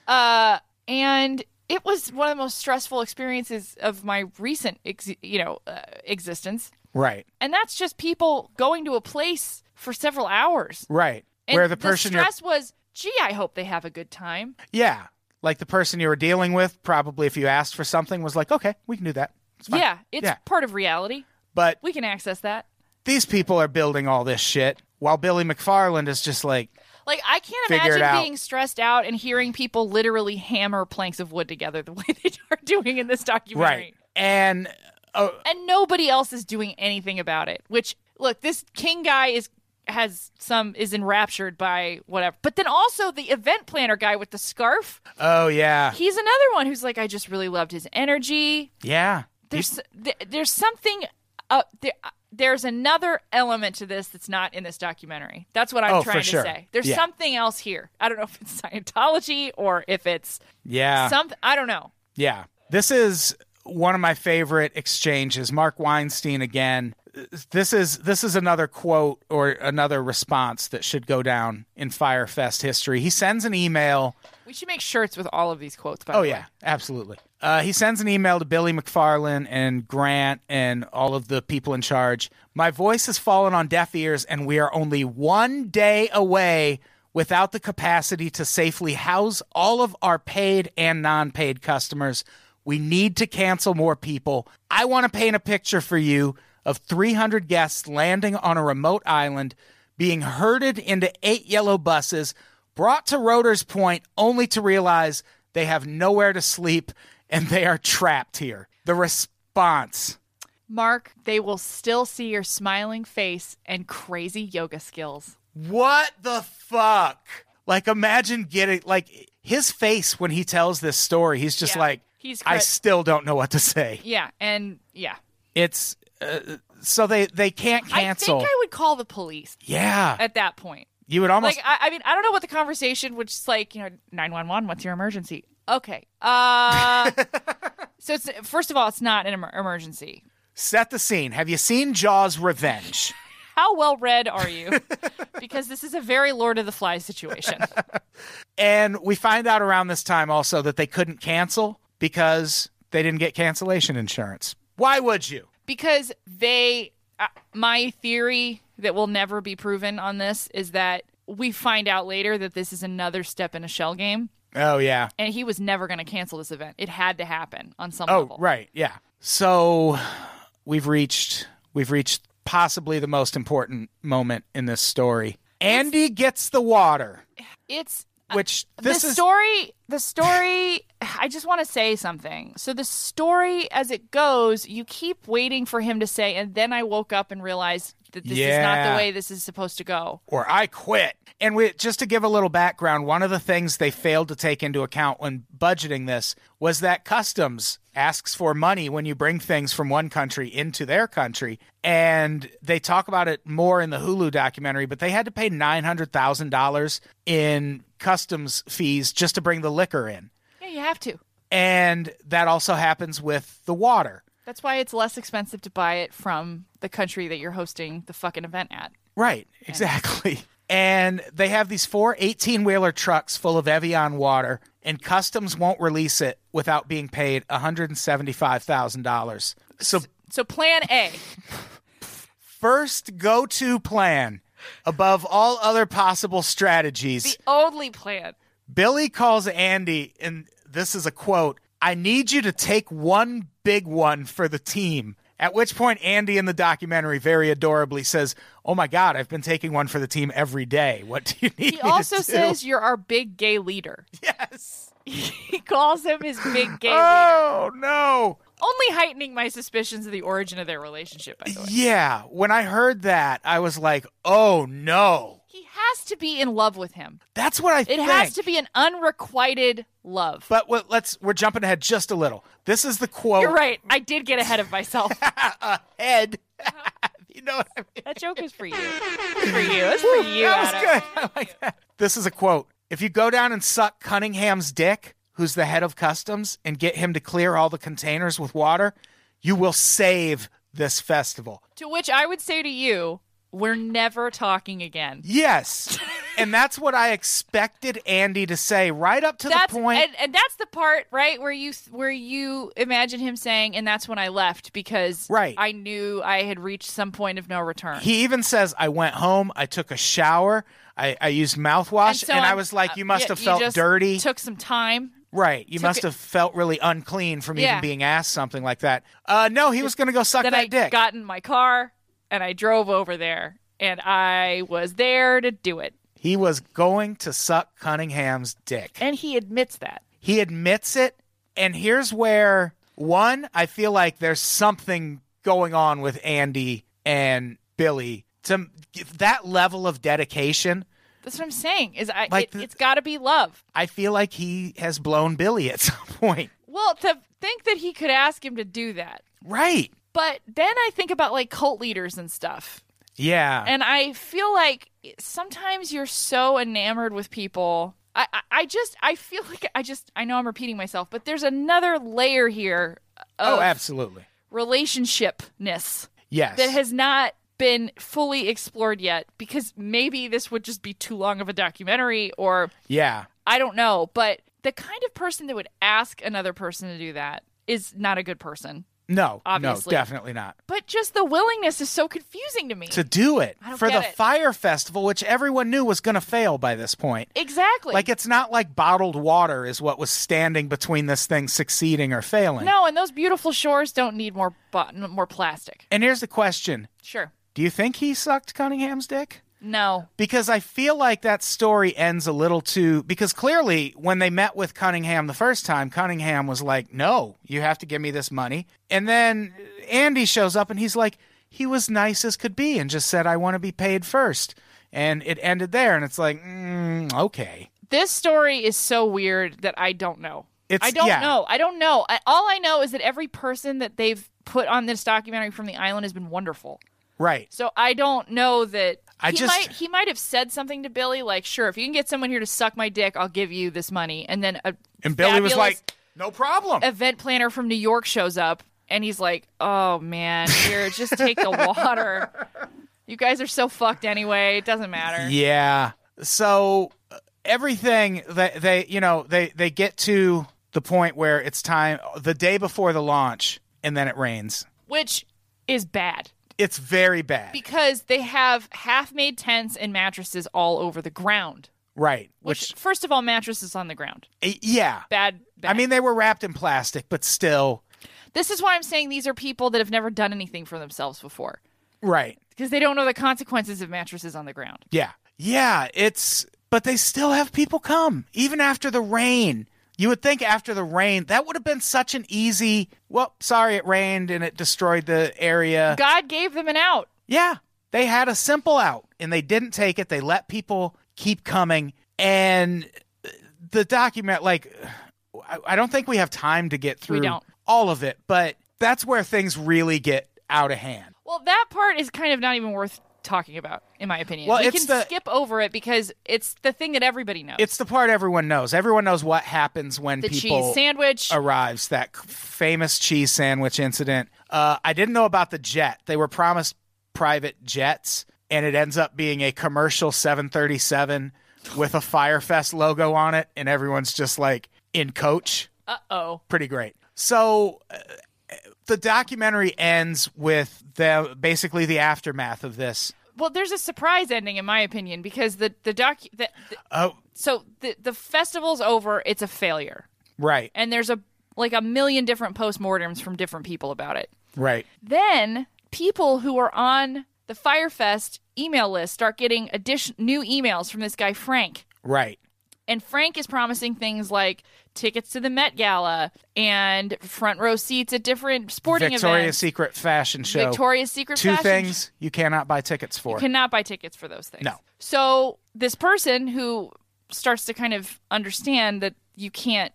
uh, and it was one of the most stressful experiences of my recent, ex- you know, uh, existence. Right. And that's just people going to a place for several hours. Right. And Where the person the stress was, gee, I hope they have a good time. you're Yeah. Like the person you were dealing with, probably if you asked for something, was like, Okay, we can do that. It's fine. yeah, it's Yeah. part of reality. But We can access that. these people are building all this shit while Billy McFarland is just like Like I can't Figure it out. imagine being stressed out and hearing people literally hammer planks of wood together the (laughs) way they are doing in this documentary. Right. And uh, And nobody else is doing anything about it. Which look, this king guy is has some is enraptured by whatever. But then also the event planner guy with the scarf, oh yeah. he's another one who's like I just really loved his energy. Yeah. There's th- there's something uh, there, there's another element to this that's not in this documentary. That's what I'm Oh, for trying to sure. say. There's Yeah. something else here. I don't know if it's Scientology or if it's Yeah. something. I don't know. Yeah. This is one of my favorite exchanges. Mark Weinstein again. This is this is another quote or another response that should go down in Firefest history. He sends an email. We should make shirts with all of these quotes. By Oh the way. yeah, absolutely. Uh, he sends an email to Billy McFarlane and Grant and all of the people in charge. My voice has fallen on deaf ears, and we are only one day away without the capacity to safely house all of our paid and non paid customers. We need to cancel more people. I want to paint a picture for you of 300 guests landing on a remote island, being herded into eight yellow buses, brought to Rotor's Point only to realize they have nowhere to sleep and they are trapped here. The response. Mark, they will still see your smiling face and crazy yoga skills. What the fuck? Like, imagine getting, like, his face when he tells this story, he's just Yeah. like, He's I cra- still don't know what to say. Yeah, and yeah. It's, uh, so they, they can't cancel. I think I would call the police yeah. at that point. you would almost, Like, I, I mean, I don't know what the conversation, which is like, you know, 911, what's your emergency? Okay. (laughs) Uh, so it's, first of all, it's not an emer- emergency. set the scene. Have you seen Jaws Revenge? How well read (laughs) are you? because this is a very Lord of the Flies situation. And we find out around this time also that they couldn't cancel because they didn't get cancellation insurance. Why would you? because they uh, my theory that will never be proven on this is that we find out later that this is another step in a shell game Oh, yeah. and he was never going to cancel this event it had to happen on some Oh, level right. Yeah. So we've reached we've reached possibly the most important moment in this story. Andy gets the water, it's which this the is story the story i just want to say something so the story as it goes you keep waiting for him to say and then i woke up and realized that this is not Yeah. the way this is supposed to go or I quit. And we, just to give a little background, one of the things they failed to take into account when budgeting this was that customs asks for money when you bring things from one country into their country. And they talk about it more in the Hulu documentary, but they had to pay $900,000 in customs fees just to bring the liquor in. yeah you have to And that also happens with the water. That's why it's less expensive to buy it from the country that you're hosting the fucking event at. Right, exactly. And they have these four 18 wheeler trucks full of Evian water, and customs won't release it without being paid $175,000. So, So plan (laughs) A. first go to plan above all other possible strategies. The only plan. Billy calls Andy, and this is a quote I need you to take one big one for the team. At which point, Andy in the documentary very adorably says, Oh my God, I've been taking one for the team every day. What do you need? (laughs) He me to also do?" says you're our big (laughs) gay leader. Yes. He calls him his big gay leader. Oh no. Only heightening my suspicions of the origin of their relationship, by the way. Yeah. When I heard that, I was like, oh no. He has to be in love with him. That's what I It think. has to be an unrequited love. But oh. what, let's we're jumping ahead just a little. This is the quote (laughs) you're right. I did get ahead of myself. head. (laughs) you know what I mean? that joke was for you. It's for you. It's for you. That was Adam. good. (laughs) I like that. This is a quote. If you go down and suck Cunningham's dick, who's the head of customs, and get him to clear all the containers with water, you will save this festival. To which I would say to you, we're never talking again. (laughs) Yes. and that's what I expected Andy to say right up to that's the point. And, and that's the part right where you where you imagine him saying and that's when i left because Right. i knew i had reached some point of no return He even says, I went home, I took a shower, I, I used mouthwash, and, so I I'm- was like, you uh, must yeah, have you felt just dirty. took some time right. You must it- have felt really unclean from Yeah. even being asked something like that. Uh, no, he was going to go suck then that i dick. got in my car and i drove over there and i was there to do it he was going to suck Cunningham's dick. and he admits that He admits it. And here's where, one, I feel like there's something going on with Andy and Billy to that level of dedication. that's what i'm saying is i Like it, the- it's got to be love I feel like he has blown Billy at (laughs) some point. well to think that he could ask him to do that Right. But then I think about like cult leaders and stuff. Yeah. And I feel like sometimes you're so enamored with people. I, I, I just, I feel (laughs) like I just, I know I'm repeating myself, but there's another layer here oh, of absolutely. relationshipness Yes. that has not been fully explored yet because maybe this would just be too long of a documentary or yeah. I don't know. But the kind of person that would ask another person to do that is not a good person. No. Obviously. No, definitely not. But just the willingness is so confusing to me. To do it I don't for get the it. fire festival, which everyone knew was going to fail by this point. exactly. Like it's not like bottled water is what was standing between this thing succeeding or failing. no, and those beautiful shores don't need more button, more plastic. And here's the question: Sure. Do you think he sucked Cunningham's dick? No. because I feel like that story ends a little too. Because clearly, when they met with Cunningham the first time, Cunningham was like, "No, you have to give me this money." And then Andy shows up, and he's like, "He was nice as could be, and just said I want to be paid first. And it ended there, and it's like, mm, okay, This story is so weird that I don't know. It's- I don't yeah. know. I don't know. I, all I know is that every person that they've put on this documentary from the island has been wonderful. right, So I don't know that I he just- might he might have said something to Billy like, "Sure, if you can get someone here to suck my dick, I'll give you this money." And then a and Billy was fabulous like, "No problem." event planner from New York shows up and he's like, "Oh man, here, just take the water. (laughs) You guys are so fucked anyway. It doesn't matter." Yeah. So uh, everything that they, you know, they they get to the point where it's time the day before the launch, and then it rains. Which is bad It's very bad. because they have half-made tents and mattresses all over the ground. right. Which, Which, first of all, mattresses on the ground. eh, yeah. Bad, bad. I mean, they were wrapped in plastic, but still, this is why I'm saying these are people that have never done anything for themselves before. right. because they don't know the consequences of mattresses on the ground. Yeah. Yeah. It's, but they still have people come, even after the rain. You would think after the rain, that would have been such an easy, well, sorry, it rained and it destroyed the area. God gave them an out. Yeah, they had a simple out and they didn't take it. They let people keep coming. And the document, like, I- I don't think we have time to get through don't. all of it, but that's where things really get out of hand. Well, that part is kind of not even worth talking about, in my opinion. Well, we it's can the- skip over it because it's the thing that everybody knows. It's the part everyone knows. Everyone knows what happens when the people cheese sandwich. arrives that c- famous cheese sandwich incident. Uh, I didn't know about the jet. They were promised private jets, and it ends up being a commercial 737 with a Firefest logo on it, and everyone's just like in coach. Uh oh. Pretty great. So uh, the documentary ends with the basically the aftermath of this. Well, there's a surprise ending, in my opinion, because the the doc. The, the- Oh, so the the festival's over. It's a failure, right, and there's a like a million different postmortems from different people about it. right. then people who are on the Firefest email list start getting addition- new emails from this guy Frank. Right. And Frank is promising things like tickets to the Met Gala and front row seats at different sporting Victoria's events. Secret fashion show. Victoria's Secret Two fashion things you cannot buy tickets for. you cannot buy tickets for those things. No. So this person who starts to kind of understand that you can't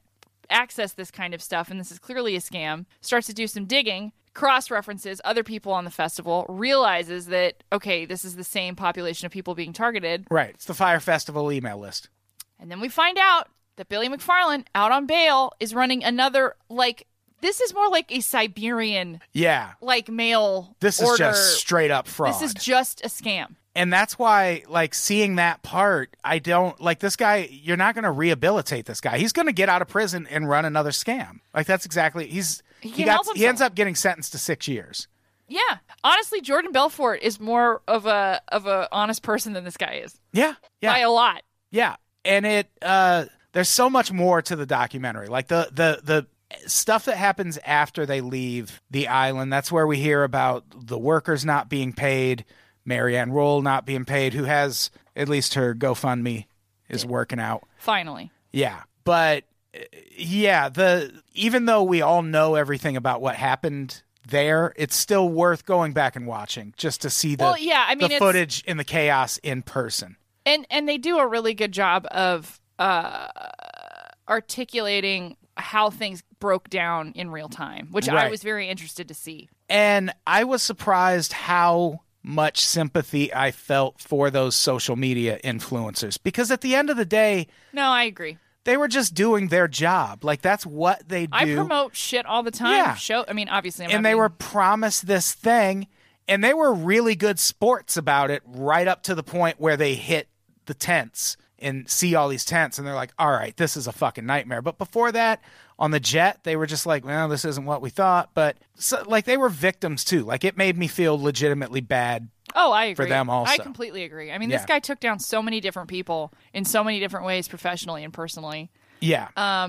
access this kind of stuff, and this is clearly a scam, starts to do some digging, cross references other people on the festival, realizes that okay, this is the same population of people being targeted, Right. It's the Fire Festival email list. and then we find out that Billy McFarland, out on bail, is running another like this is more like a Siberian Yeah. like mail. This order. is just straight up fraud. This is just a scam. and that's why, like, seeing that part, I don't like this guy. You're not going to rehabilitate this guy. He's going to get out of prison and run another scam. Like, that's exactly. He's. He, can got, help he ends himself. up getting sentenced to six years. Yeah, honestly, Jordan Belfort is more of a of a honest person than this guy is Yeah. Yeah. by a lot. Yeah, and it uh, there's so much more to the documentary. Like the the the stuff that happens after they leave the island. That's where we hear about the workers not being paid, Marianne Roll not being paid, who has at least her GoFundMe is working out. Finally, Yeah, but uh, yeah, the even though we all know everything about what happened there, it's still worth going back and watching just to see the Well, yeah, I mean, the it's- footage and the chaos in person. and and they do a really good job of uh, articulating how things broke down in real time, which I Right. was very interested to see. And I was surprised how much sympathy I felt for those social media influencers because at the end of the day, No, I agree. they were just doing their job. Like that's what they do. I promote shit all the time. Yeah. Show. I mean, obviously, I'm and not they being- were promised this thing and they were really good sports about it right up to the point where they hit the tents and see all these tents and they're like all right this is a fucking nightmare but before that on the jet they were just like well this isn't what we thought but so, like they were victims too like it made me feel legitimately bad Oh, I agree. them also. I completely agree. I mean, this Yeah. guy took down so many different people in so many different ways, professionally and personally. yeah Uh,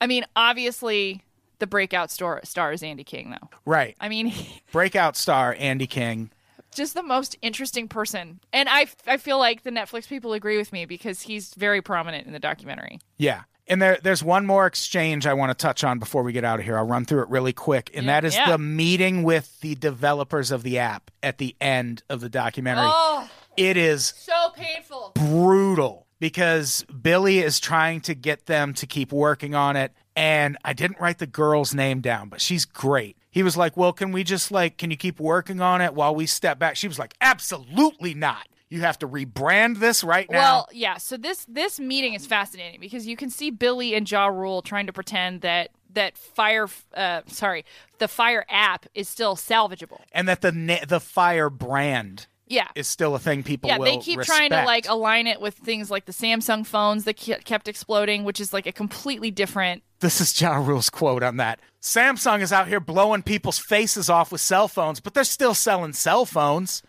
I mean, obviously, the breakout star, star is Andy King, though. right I mean, (laughs) breakout star andy king just the most interesting person. And I, I feel like the Netflix people agree with me because he's very prominent in the documentary. Yeah. And there, there's one more exchange I want to touch on before we get out of here. I'll run through it really quick. And that is Yeah. the meeting with the developers of the app at the end of the documentary. Oh, It is so painful. brutal because Billy is trying to get them to keep working on it. And I didn't write the girl's name down, but she's great. He was like, Well, can we just like, can you keep working on it while we step back? She was like, Absolutely not. You have to rebrand this right now. Well, yeah. So this this meeting is fascinating because you can see Billy and Ja Rule trying to pretend that that fire, uh, sorry, the fire app is still salvageable. and that the na- the fire brand Yeah. is still a thing people yeah, will they keep trying to respect. like align it with things like the Samsung phones that ke- kept exploding, which is like a completely different. this is John Rule's quote on that. Samsung is out here blowing people's faces off with cell phones, but they're still selling cell phones.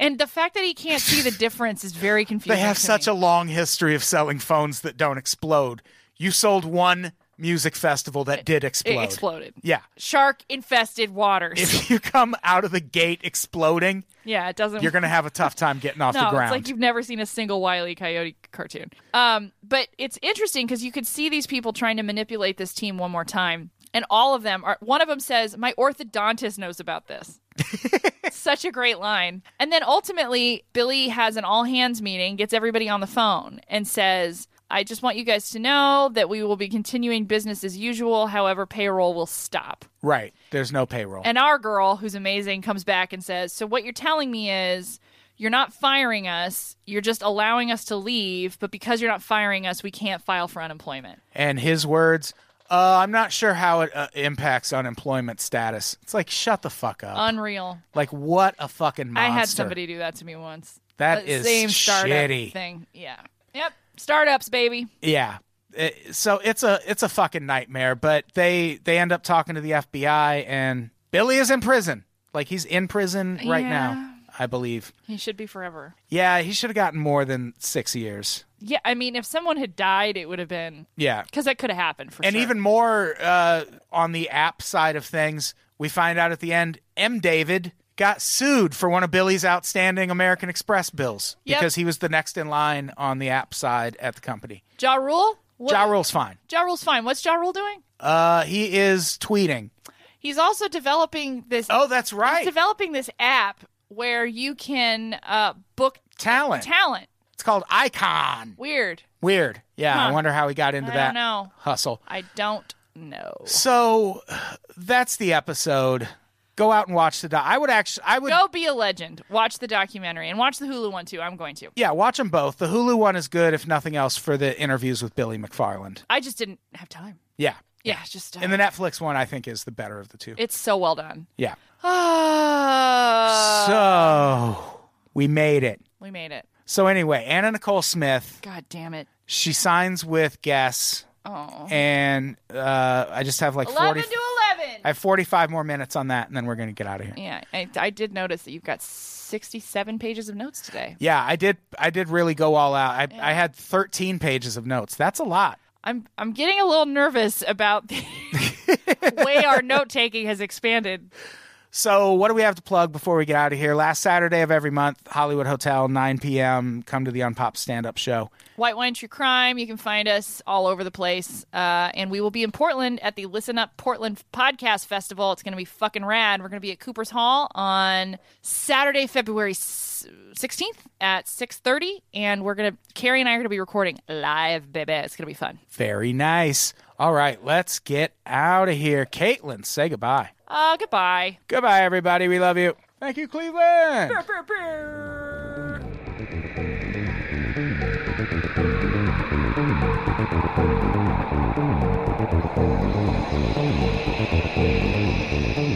And the fact that he can't see the difference is very (laughs) confusing. They have to such me. a long history of selling phones that don't explode. You sold one music festival that did It explode. exploded. Yeah. Shark infested waters. If you come out of the gate exploding, yeah, it doesn't. you're going to have a tough time getting off no, the ground. it's like you've never seen a single Wiley Coyote cartoon. Um, but it's interesting because you could see these people trying to manipulate this team one more time, and all of them are. One of them says, "My orthodontist knows (laughs) about this." Such a great line. And then ultimately, Billy has an all hands meeting, gets everybody on the phone, and says. I just want you guys to know that we will be continuing business as usual. However, payroll will stop. right. There's no payroll. And our girl, who's amazing, comes back and says, So what you're telling me is you're not firing us, you're just allowing us to leave, but because you're not firing us, we can't file for unemployment. and his words, uh, I'm not sure how it uh, impacts unemployment status. It's like, shut the fuck up. Unreal. Like what a fucking monster! I had somebody do that to me once. That That is same startup shitty. thing. Yeah. Yep. Startups, baby. Yeah. It- so it's a it's a fucking nightmare. But they they end up talking to the FBI, and Billy is in prison. Like he's in prison right Yeah. now, I believe. He should be forever. Yeah, he should have gotten more than six years. Yeah, I mean, if someone had died, it would have been Yeah. because that could have happened for And sure. even more uh, on the app side of things, we find out at the end, M. David got sued for one of Billy's outstanding American Express bills Yep. because he was the next in line on the app side at the company. Ja Rule? What, Ja Rule's fine. Ja Rule's fine. What's Ja Rule doing? Uh, he is tweeting. He's also developing this Oh, that's right. He's developing this app where you can uh, book talent. talent. It's called Icon. Weird. Weird. Yeah, I Huh. wonder how he got into I that don't know. hustle. I don't know. So that's the episode. Go out and watch the. doc. I would actually. I would. Go be a legend. Watch the documentary and watch the Hulu one too. I'm going to. Yeah, watch them both. The Hulu one is good, if nothing else, for the interviews with Billy McFarland. I just didn't have time. Yeah. Yeah, it's just uh, And the Netflix one, I think, is the better of the two. it's so well done. yeah. Uh, Ah, so we made it. we made it. So anyway, Anna Nicole Smith, God damn it. she signs with Guess, Oh. and uh, I just have like 40, 11 to 11. I have 45 more minutes on that, and then we're going to get out of here. yeah, I, I did notice that you've got 67 pages of notes today. Yeah, I did. I did really go all out. I, I had 13 pages of notes. That's a lot. I'm I'm getting a little nervous about the (laughs) way our note taking has expanded. So, what do we have to plug before we get out of here? Last Saturday of every month, Hollywood Hotel, 9 p.m. Come to the Unpop Stand Up Show. White Wine True Crime. You can find us all over the place. Uh, and we will be in Portland at the Listen Up Portland Podcast Festival. It's going to be fucking rad. We're going to be at Cooper's Hall on Saturday, February s- 16th at 6.30. And we're going to, Carrie and I are going to be recording live, baby. It's going to be fun. Very nice. All right, let's get out of here. Caitlin, say goodbye. Uh, goodbye. Goodbye, everybody. We love you. Thank you, Cleveland. Thank you.